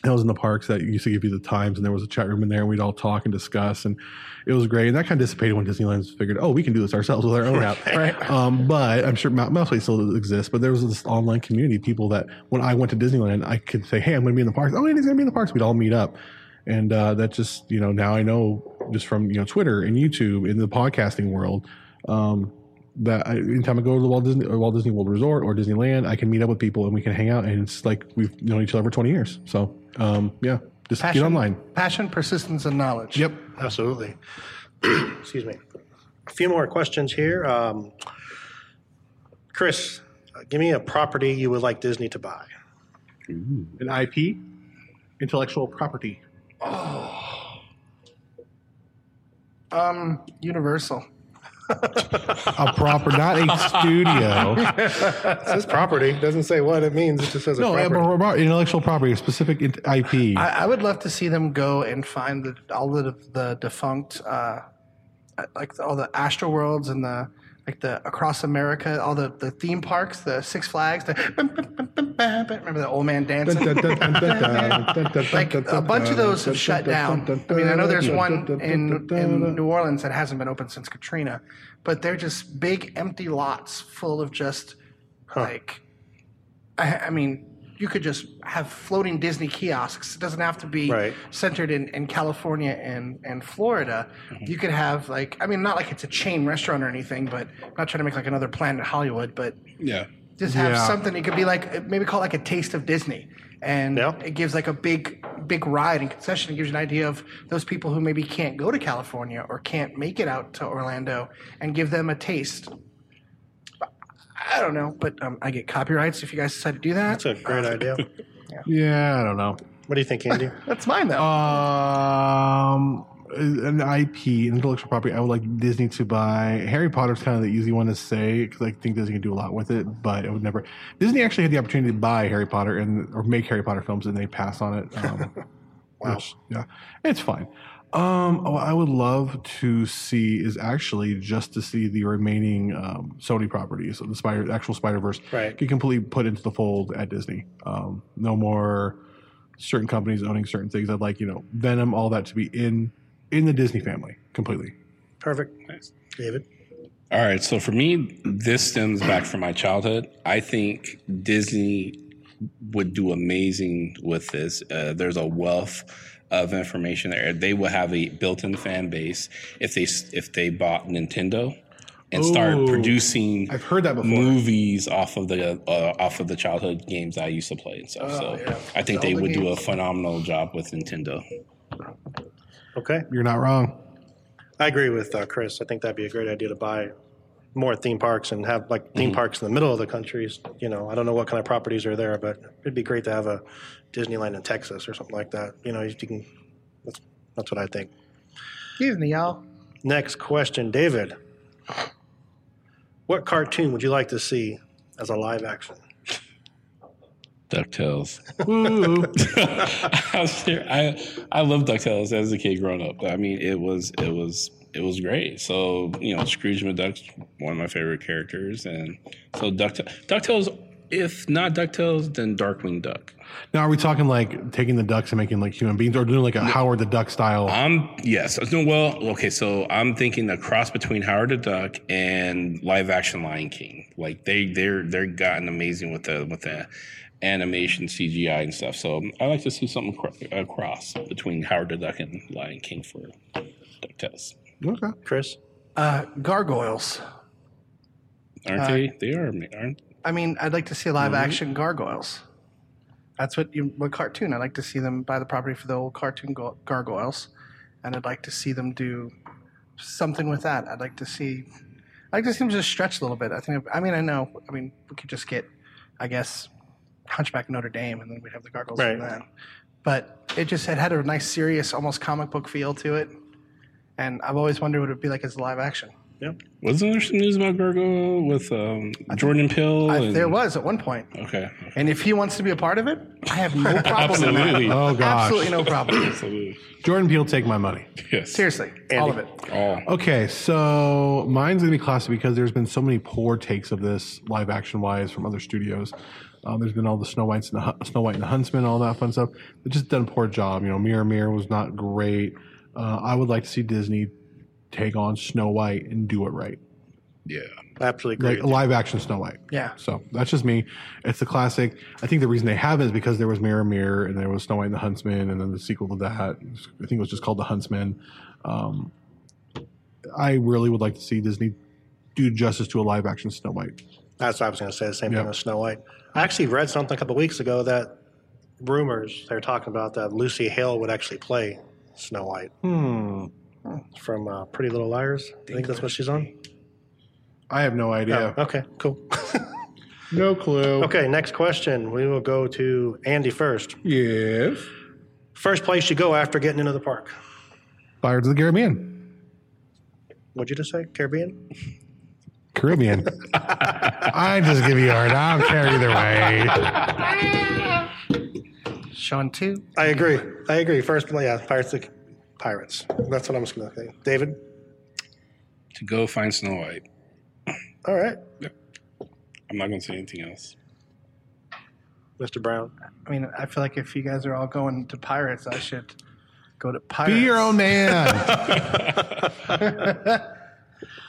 I was in the parks that used to give you the times, and there was a chat room in there, and we'd all talk and discuss, and it was great. And that kind of dissipated when Disneyland's figured, oh, we can do this ourselves with our own app. Right. Um, but I'm sure Mount Mouseway still exists, but there was this online community of people that when I went to Disneyland, I could say, hey, I'm going to be in the parks. Oh, Andy's going to be in the parks. We'd all meet up. And uh, that just, you know, now I know just from, you know, Twitter and YouTube in the podcasting world. Um, that I, anytime I go to the Walt Disney, or Walt Disney World Resort or Disneyland, I can meet up with people and we can hang out, and it's like we've known each other for 20 years. So, um, yeah, just Passion, get online. Passion, persistence, and knowledge. Yep. Absolutely. Excuse me. A few more questions here. Um, Chris, uh, give me a property you would like Disney to buy. An IP, intellectual property. Um, Universal. A proper, not a studio. It says property. doesn't say what it means. It just says No, yeah, but we're about intellectual property, a specific int- IP. I, I would love to see them go and find the, all the the defunct, uh, like all the Astro Worlds and the like the Across America, all the, the theme parks, the Six Flags. The remember the old man dancing. like a bunch of those have shut down. I mean, I know there's one in, in New Orleans that hasn't been open since Katrina, but they're just big empty lots full of just like, I, I mean, you could just have floating Disney kiosks. It doesn't have to be Right. centered in, in California and, and Florida. You could have like, I mean, not like it's a chain restaurant or anything, but I'm not trying to make like another Planet Hollywood, but yeah, just have Yeah. something. It could be like maybe call it like a taste of Disney, and Yeah. it gives like a big big ride and concession. It gives you an idea of those people who maybe can't go to California or can't make it out to Orlando, and give them a taste. I don't know, but um, I get copyrights if you guys decide to do that. That's a great idea. What Yeah, I don't know. do you think, Andy? That's mine though. Um, an IP, intellectual property. I would like Disney to buy. Harry Potter's kind of the easy one to say because I think Disney can do a lot with it, but it would never. Disney actually had the opportunity to buy Harry Potter and or make Harry Potter films, and they pass on it. Um, wow. yeah, it's fine. Um, what I would love to see is actually just to see the remaining um, Sony properties, so the spider, actual Spider Verse, Right. get completely put into the fold at Disney. Um, no more certain companies owning certain things. I'd like you know Venom, all that to be in in the Disney family completely. Perfect. David. All right, so for me, this stems back from my childhood. I think Disney would do amazing with this. Uh, there's a wealth of information there. They will have a built-in fan base if they s- if they bought Nintendo and start Ooh. producing I've heard that before. movies off of the uh, off of the childhood games I used to play and stuff. Oh, so I think they Zelda would do a games. phenomenal job with Nintendo. Okay. You're not wrong. I agree with uh, Chris. I think that'd be a great idea to buy more theme parks and have like theme parks in the middle of the countries. You know, I don't know what kind of properties are there, but it'd be great to have a Disneyland in Texas or something like that. You know, you can. That's, that's what I think. Disney, y'all. Next question, David. What cartoon would you like to see as a live action? DuckTales. Woo. I was there. I I love Ducktales as a kid growing up. I mean, it was it was it was great. So you know, Scrooge McDuck's one of my favorite characters, and so Ducktales. Ducktales, if not Ducktales, then Darkwing Duck. now, are we talking like taking the ducks and making like human beings, or doing like a Howard the Duck style? I'm yes. No, well, okay. So I'm thinking a cross between Howard the Duck and live action Lion King. Like they they're they're gotten amazing with the with the animation CGI and stuff. So I like to see something cro- a cross between Howard the Duck and Lion King for Ducktales. okay. Chris? Uh, gargoyles. Aren't Uh, they? They are. ma- Aren't I mean, I'd like to see live action gargoyles. That's what you, what cartoon. I'd like to see them buy the property for the old cartoon go- gargoyles, and I'd like to see them do something with that. I'd like to see, I'd like to see them just stretch a little bit. I think. I mean, I know. I mean, we could just get, I guess, Hunchback of Notre Dame, and then we'd have the gargoyles from Right. that. But it just it had a nice, serious, almost comic book feel to it, and I've always wondered what it would be like as live action. wasn't there some news about Gargoyle with um, Jordan Pill? I, and- there was at one point. Okay. And if he wants to be a part of it, I have no problem with that. Absolutely. Oh gosh. Absolutely no problem. Absolutely. Jordan Peele, take my money. Yes. Seriously, all of it. Oh. Okay, so mine's gonna be classy because there's been so many poor takes of this live action wise from other studios. Um, there's been all the Snow Whites and the Hun- Snow White and the Huntsman, all that fun stuff. They just done a poor job. You know, Mirror Mirror was not great. Uh, I would like to see Disney take on Snow White and do it right, Yeah. Absolutely like great. live action Snow White. Yeah. So that's just me. It's the classic. I think the reason they haven't is because there was Mirror Mirror and there was Snow White and the Huntsman and then the sequel to that. I think it was just called The Huntsman. Um, I really would like to see Disney do justice to a live action Snow White. That's what I was going to say. The same Yeah. thing with Snow White. I actually read something a couple weeks ago that rumors they're talking about that Lucy Hale would actually play Snow White Hmm. from uh, Pretty Little Liars. I think that's what she's on. I have no idea. Oh, okay, cool. No clue. okay, next question. We will go to Andy first. Yes. First place you go after getting into the park. Pirates of the Caribbean. What'd you just say? Caribbean? Caribbean. I just give you art. I don't care either way. Sean too. I agree. I agree. First, yeah, Pirates. Of, Pirates. That's what I'm just going to say. David. To go find Snow White. All right, I'm not gonna say anything else. Mr. Brown. I mean, I feel like if you guys are all going to pirates, I should go to pirates. Be your own man.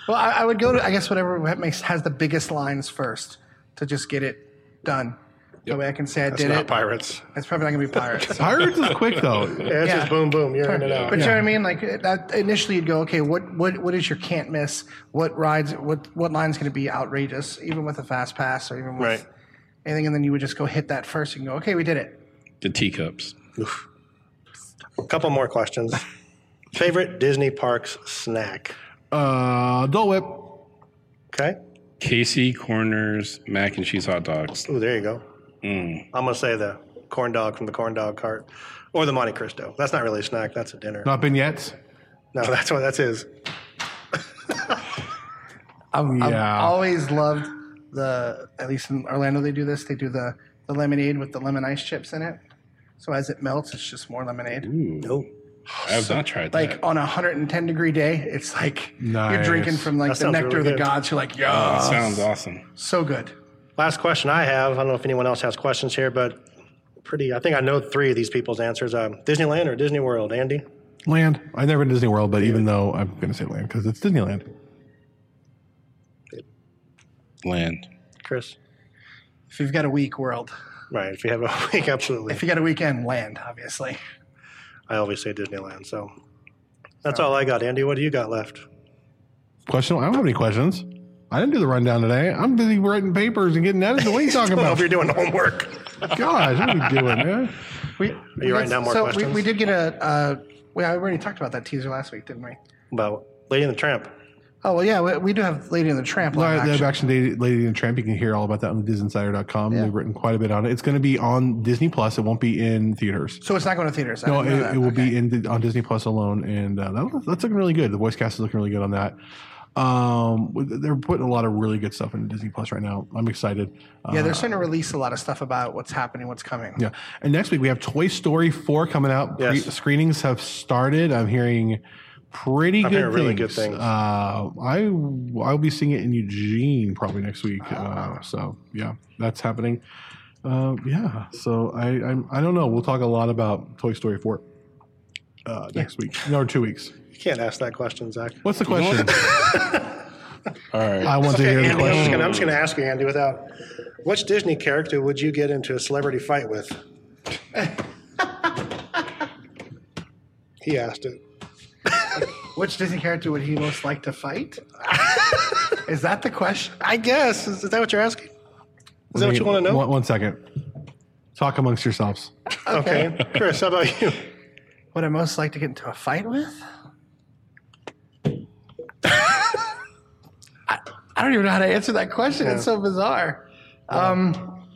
Well, I, I would go to I guess whatever that makes has the biggest lines first to just get it done. That way I can say I That's did not it. Pirates. It's probably not gonna be pirates. Pirates is quick though. Yeah, it's Yeah. just boom, boom. You're in and out. But you know what I mean? Like it- that initially, you'd go, okay, what what what is your can't miss? What rides? What what line's going to be outrageous? Even with a fast pass or even with Right. anything, and then you would just go hit that first and go, okay, we did it. The teacups. Couple more questions. Favorite Disney parks snack? Uh, Dole Whip. Okay. Casey Corners mac and cheese hot dogs. Oh, there you go. I'm gonna say the corn dog from the corn dog cart, or the Monte Cristo. That's not really a snack. That's a dinner. Not been yet. No, that's what that's his. Oh yeah. Always loved the at least in Orlando they do this. They do the the lemonade with the lemon ice chips in it. So as it melts, it's just more lemonade. Ooh. No, I have not tried Like that. on a 110 degree day, it's like you're Nice. drinking from like That the sounds nectar really of the good. gods. You're like, That yeah, sounds awesome. so good. Last question I have. I don't know if anyone else has questions here, but pretty. I think I know three of these people's answers. Um, Disneyland or Disney World, Andy? Land. I've never been to Disney World, but even though I'm going to say land because it's Disneyland. Land. Chris? If you've got a week, world. Right. If you have a week, absolutely. If you got a weekend, land, obviously. I always say Disneyland. So that's all I got, Andy. What do you got left? Question. I don't have any questions. I didn't do the rundown today. I'm busy writing papers and getting edited. What are you talking Well, about? if you're doing homework, Gosh, what are you doing, man? We, are you writing down more so questions? We, we did get a. Uh, we I already talked about that teaser last week, didn't we? about Lady and the Tramp. Oh well, yeah, we, we do have Lady and the Tramp All right, live action. Live action Lady, Lady and Tramp. You can hear all about that on disinsider.com. Yeah. They've written quite a bit on it. It's going to be on Disney Plus. It won't be in theaters. So it's not going to theaters. I No, didn't know it, that. it will Okay. be in on Disney Plus alone, and uh, that, that's looking really good. The voice cast is looking really good on that. Um, they're putting a lot of really good stuff into Disney Plus right now. I'm excited. Uh, Yeah, they're starting to release a lot of stuff about what's happening, what's coming. Yeah. And next week we have Toy Story 4 coming out. Yes. screenings have started. I'm hearing pretty I'm good hearing things. really good things. Uh, I I'll be seeing it in Eugene probably next week. Ah. Uh, so yeah, that's happening. Uh, yeah. So I I'm, I don't know. We'll talk a lot about Toy Story 4 uh, next week. No, or two weeks. You can't ask that question, Zach. What's the question? All right. I want to hear the Andy, I'm just question. gonna- I'm just going to ask you, Andy, without which Disney character would you get into a celebrity fight with? he asked it. Which Disney character would he most like to fight? Is that the question? I guess. Is, is that what you're asking? Is that what you want to know? One, one second. Talk amongst yourselves. Okay. Chris, how about you? Would I most like to get into a fight with? I, I don't even know how to answer that question. It's so bizarre. Um,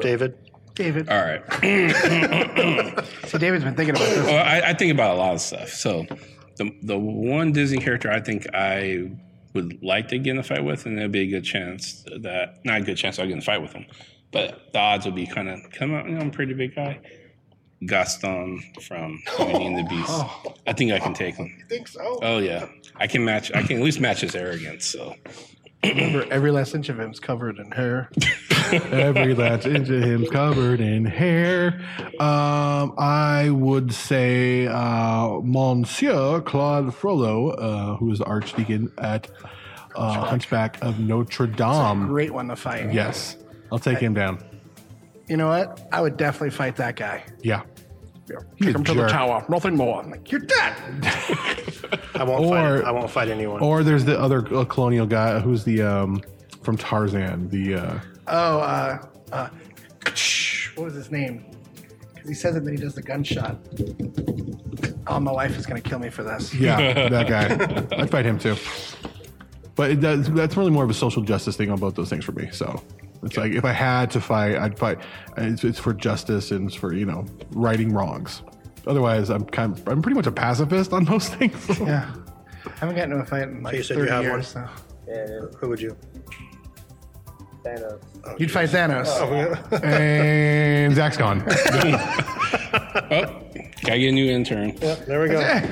David. David. All right. See, David's been thinking about this. Well, I, I think about a lot of stuff. So, the the one Disney character I think I would like to get in a fight with, and there'd be a good chance that not a good chance I'll get in a fight with him, but the odds would be kind of come out. You know, I'm a pretty big guy. Gaston from Beauty and the Beast. I think I can take him. Oh. You think so? Oh yeah, I can match. I can at least match his arrogance. So Remember, every last inch of him's covered in hair. Every last inch of him's covered in hair. Um, I would say uh, Monsieur Claude Frollo, uh, who is the archdeacon at uh, Hunchback of Notre Dame. Great one to fight. Yes, I'll take him down. You know what? I would definitely fight that guy. Yeah. He's Take a him to the jerk. tower. Nothing more. I'm like, you're dead. I won't Or- fight. I won't fight anyone. Or there's the other uh, colonial guy who's the um, from Tarzan. The uh, Oh, uh, uh, what was his name? Because he says it, then he does the gunshot. Oh, my wife is going to kill me for this. yeah, that guy. I'd fight him too. But it does, that's really more of a social justice thing on both those things for me. So it's like if I had to fight, I'd fight. It's, it's for justice and it's for you know righting wrongs. Otherwise, I'm kind of, I'm pretty much a pacifist on most things. Yeah. I haven't gotten into a fight in like you said you 30 have one? years. So. and Who would you? Thanos. You'd fight Thanos. Oh, and Zach's gone. Oh. gotta get a new intern. There we go.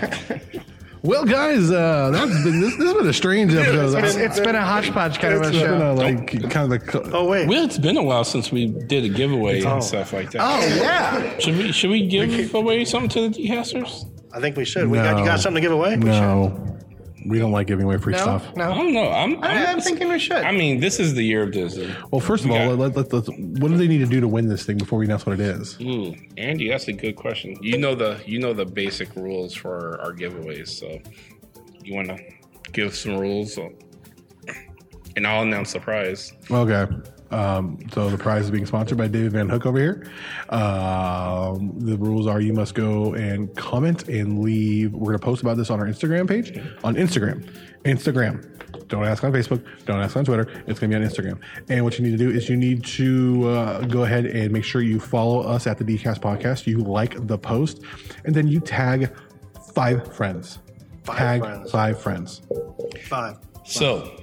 well, guys, uh, that's been this, this has been a strange episode. It's- It's it's been a hodgepodge kind of a show. been a, like kind of a, Oh wait. Well, it's been a while since we did a giveaway and stuff like that. Oh, yeah. Should we should we give away something to the decasters? I think we should. We got you No. got something to give away? no, we don't like giving away free No, stuff. I no. don't know. I'm, I'm, I, I'm thinking we should. I mean, this is the year of Disney. Well, first of all, let, got- let, let, what do they need to do to win this thing before we announce what it is? Ooh, Andy, that's a good question. You know the you know the basic rules for our giveaways, so you want to give some rules, so- and I'll announce the prize. Okay. Um, so the prize is being sponsored by David Van Hook over here. Um, the rules are you must go and comment and leave. We're going to post about this on our Instagram page. On Instagram. Instagram. Don't ask on Facebook. Don't ask on Twitter. It's going to be on Instagram. And what you need to do is you need to uh, go ahead and make sure you follow us at the DCast Podcast. You like the post. And then you tag five friends. Five tag friends. five friends. Five. So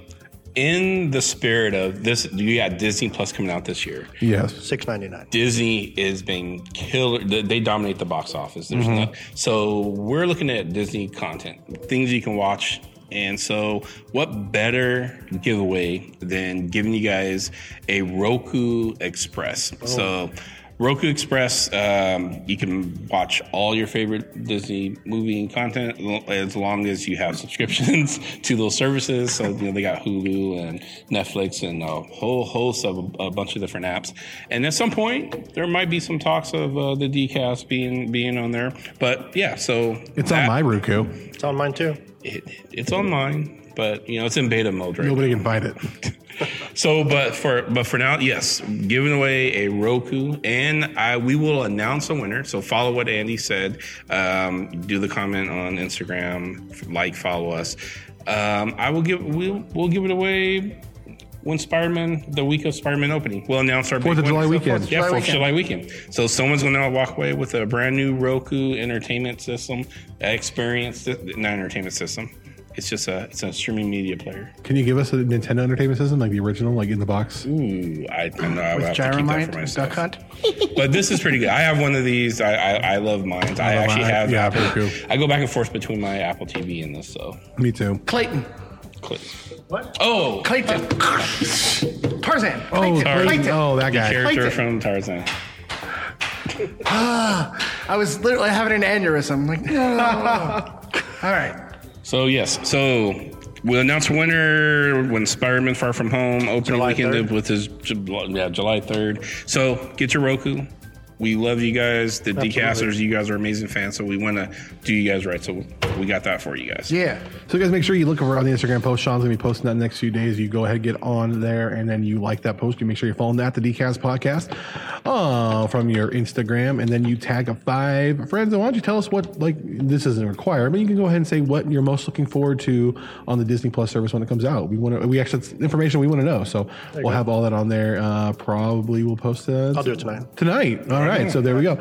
in the spirit of this, you got Disney Plus coming out this year. Yes. Six ninety nine. Disney is being killer. They they dominate the box office. There's no, so we're looking at Disney content, things you can watch. And so, what better giveaway than giving you guys a Roku Express? So, Roku Express, um, you can watch all your favorite Disney movie and content lo- as long as you have subscriptions to those services. So, you know, they got Hulu and Netflix and a whole host of a, a bunch of different apps. And at some point, there might be some talks of uh, the decast being being on there. But yeah, so It's on that- my Roku. It's on mine too. It, it's online, but you know, it's in beta mode right now. Nobody can find it. So, but for but for now, yes, giving away a Roku, and I we will announce a winner. So follow what Andy said. Um, do the comment on Instagram, like, follow us. Um, I will give we'll we'll give it away when Spider-Man the week of Spider-Man opening. We'll announce our big Fourth of winner. July So weekend. Fourth, yeah, Fourth of July weekend. So someone's going to walk away with a brand new Roku entertainment system experience, not entertainment system. It's just a it's a streaming media player. Can you give us a Nintendo Entertainment System, like the original, like in the box? Ooh, I, I know I would have to keep that for Gyromite, myself. Duck Hunt. But this is pretty good. I have one of these. I I, I love mine. I, love actually mine. have. Yeah, Apple. pretty I go back and forth between my Apple TV and this. So Me too. Clayton. click. What? Oh, Clayton. Tarzan. Oh, Clayton. sorry. Clayton. oh, that the guy. character Clayton. from Tarzan. I was literally having an aneurysm. Like, no. All right. So yes. So we'll announce a winner when Spider-Man: Far From Home opening July weekend 3rd. with his July- yeah July third. So get your Roku. We love you guys, the decasters. You guys are amazing fans, so we want to do you guys right. So we got that for you guys. Yeah. So, guys, make sure you look over on the Instagram post. Sean's going to be posting that in the next few days. You go ahead, get on there, and then you like that post. You make sure you're following that, the Decast Podcast, uh, from your Instagram. And then you tag a five friends. And why don't you tell us what, like, this isn't required, but you can go ahead and say what you're most looking forward to on the Disney Plus service when it comes out. We want to, we actually, it's information we want to know. So, we'll have all that on there. Uh, probably we'll post that. I'll do it tonight. tonight. All right, so there we go.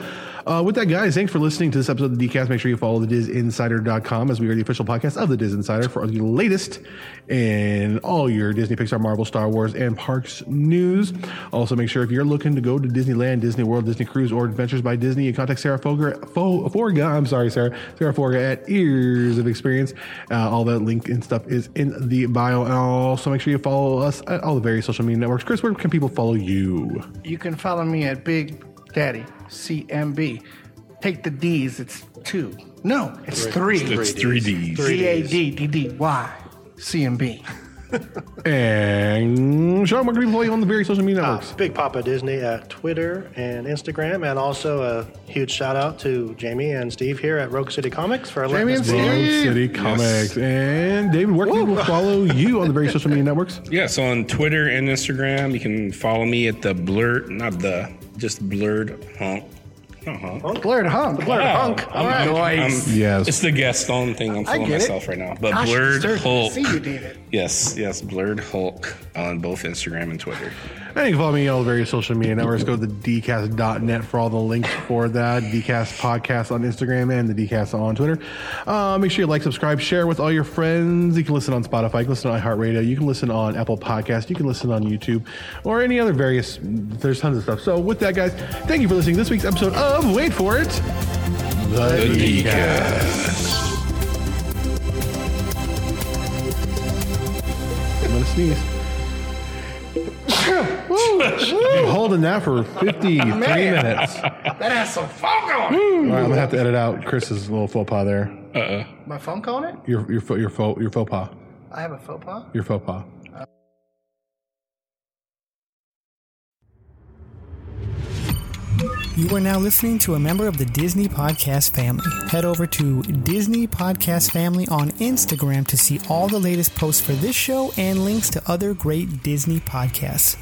Uh, with that, guys, thanks for listening to this episode of the DCast. Make sure you follow the DizInsider.com as we are the official podcast of the Diz Insider for the latest in all your Disney, Pixar, Marvel, Star Wars, and Parks news. Also, make sure if you're looking to go to Disneyland, Disney World, Disney Cruise, or Adventures by Disney, you contact Sarah Foger, Fo, Forga. I'm sorry, Sarah, Sarah Forga at Ears of Experience. Uh, all that link and stuff is in the bio. And also, make sure you follow us at all the various social media networks. Chris, where can people follow you? You can follow me at Big Daddy CMB. Take the D's. It's two. No, it's three. It's three Ds. D A D D D Y C M B. And Sean, we're going to follow you on the various social media networks. Big Papa Disney at Twitter and Instagram, and also a huge shout out to Jamie and Steve here at Rogue City Comics for letting Jamie and us be Steve. here. Rogue Yes. City Comics. And David, where can people follow you on the various social media networks? Yeah, so on Twitter and Instagram, you can follow me at the blurred, not the, just blurred honk. Not honk. Blurred Hump. Blurred Wow. Hunk. I'm- I'm- I'm- Yes. It's the Gaston thing I'm fooling get it. myself right now. But Gosh, Blurred it's Thursday. Hulk. See you, David. Yes, yes, Blurred Hulk on both Instagram and Twitter. And you can follow me on all the various social media networks. Go to dcast.net for all the links for that. Dcast podcast on Instagram and the Dcast on Twitter. Uh, make sure you like, subscribe, share with all your friends. You can listen on Spotify, you can listen on iHeartRadio, you can listen on Apple Podcast, you can listen on YouTube, or any other various. There's tons of stuff. So with that, guys, thank you for listening to this week's episode of Wait for It, The Geekcast. I'm gonna sneeze. Been holding that for 53 minutes. All That has some phone going. right, I'm gonna have to edit out Chris's little faux pas there. My phone calling it? Your your fo- your faux your faux pas. I have a faux pas. Your faux pas. You are now listening to a member of the Disney Podcast family. Head over to Disney Podcast Family on Instagram to see all the latest posts for this show and links to other great Disney podcasts.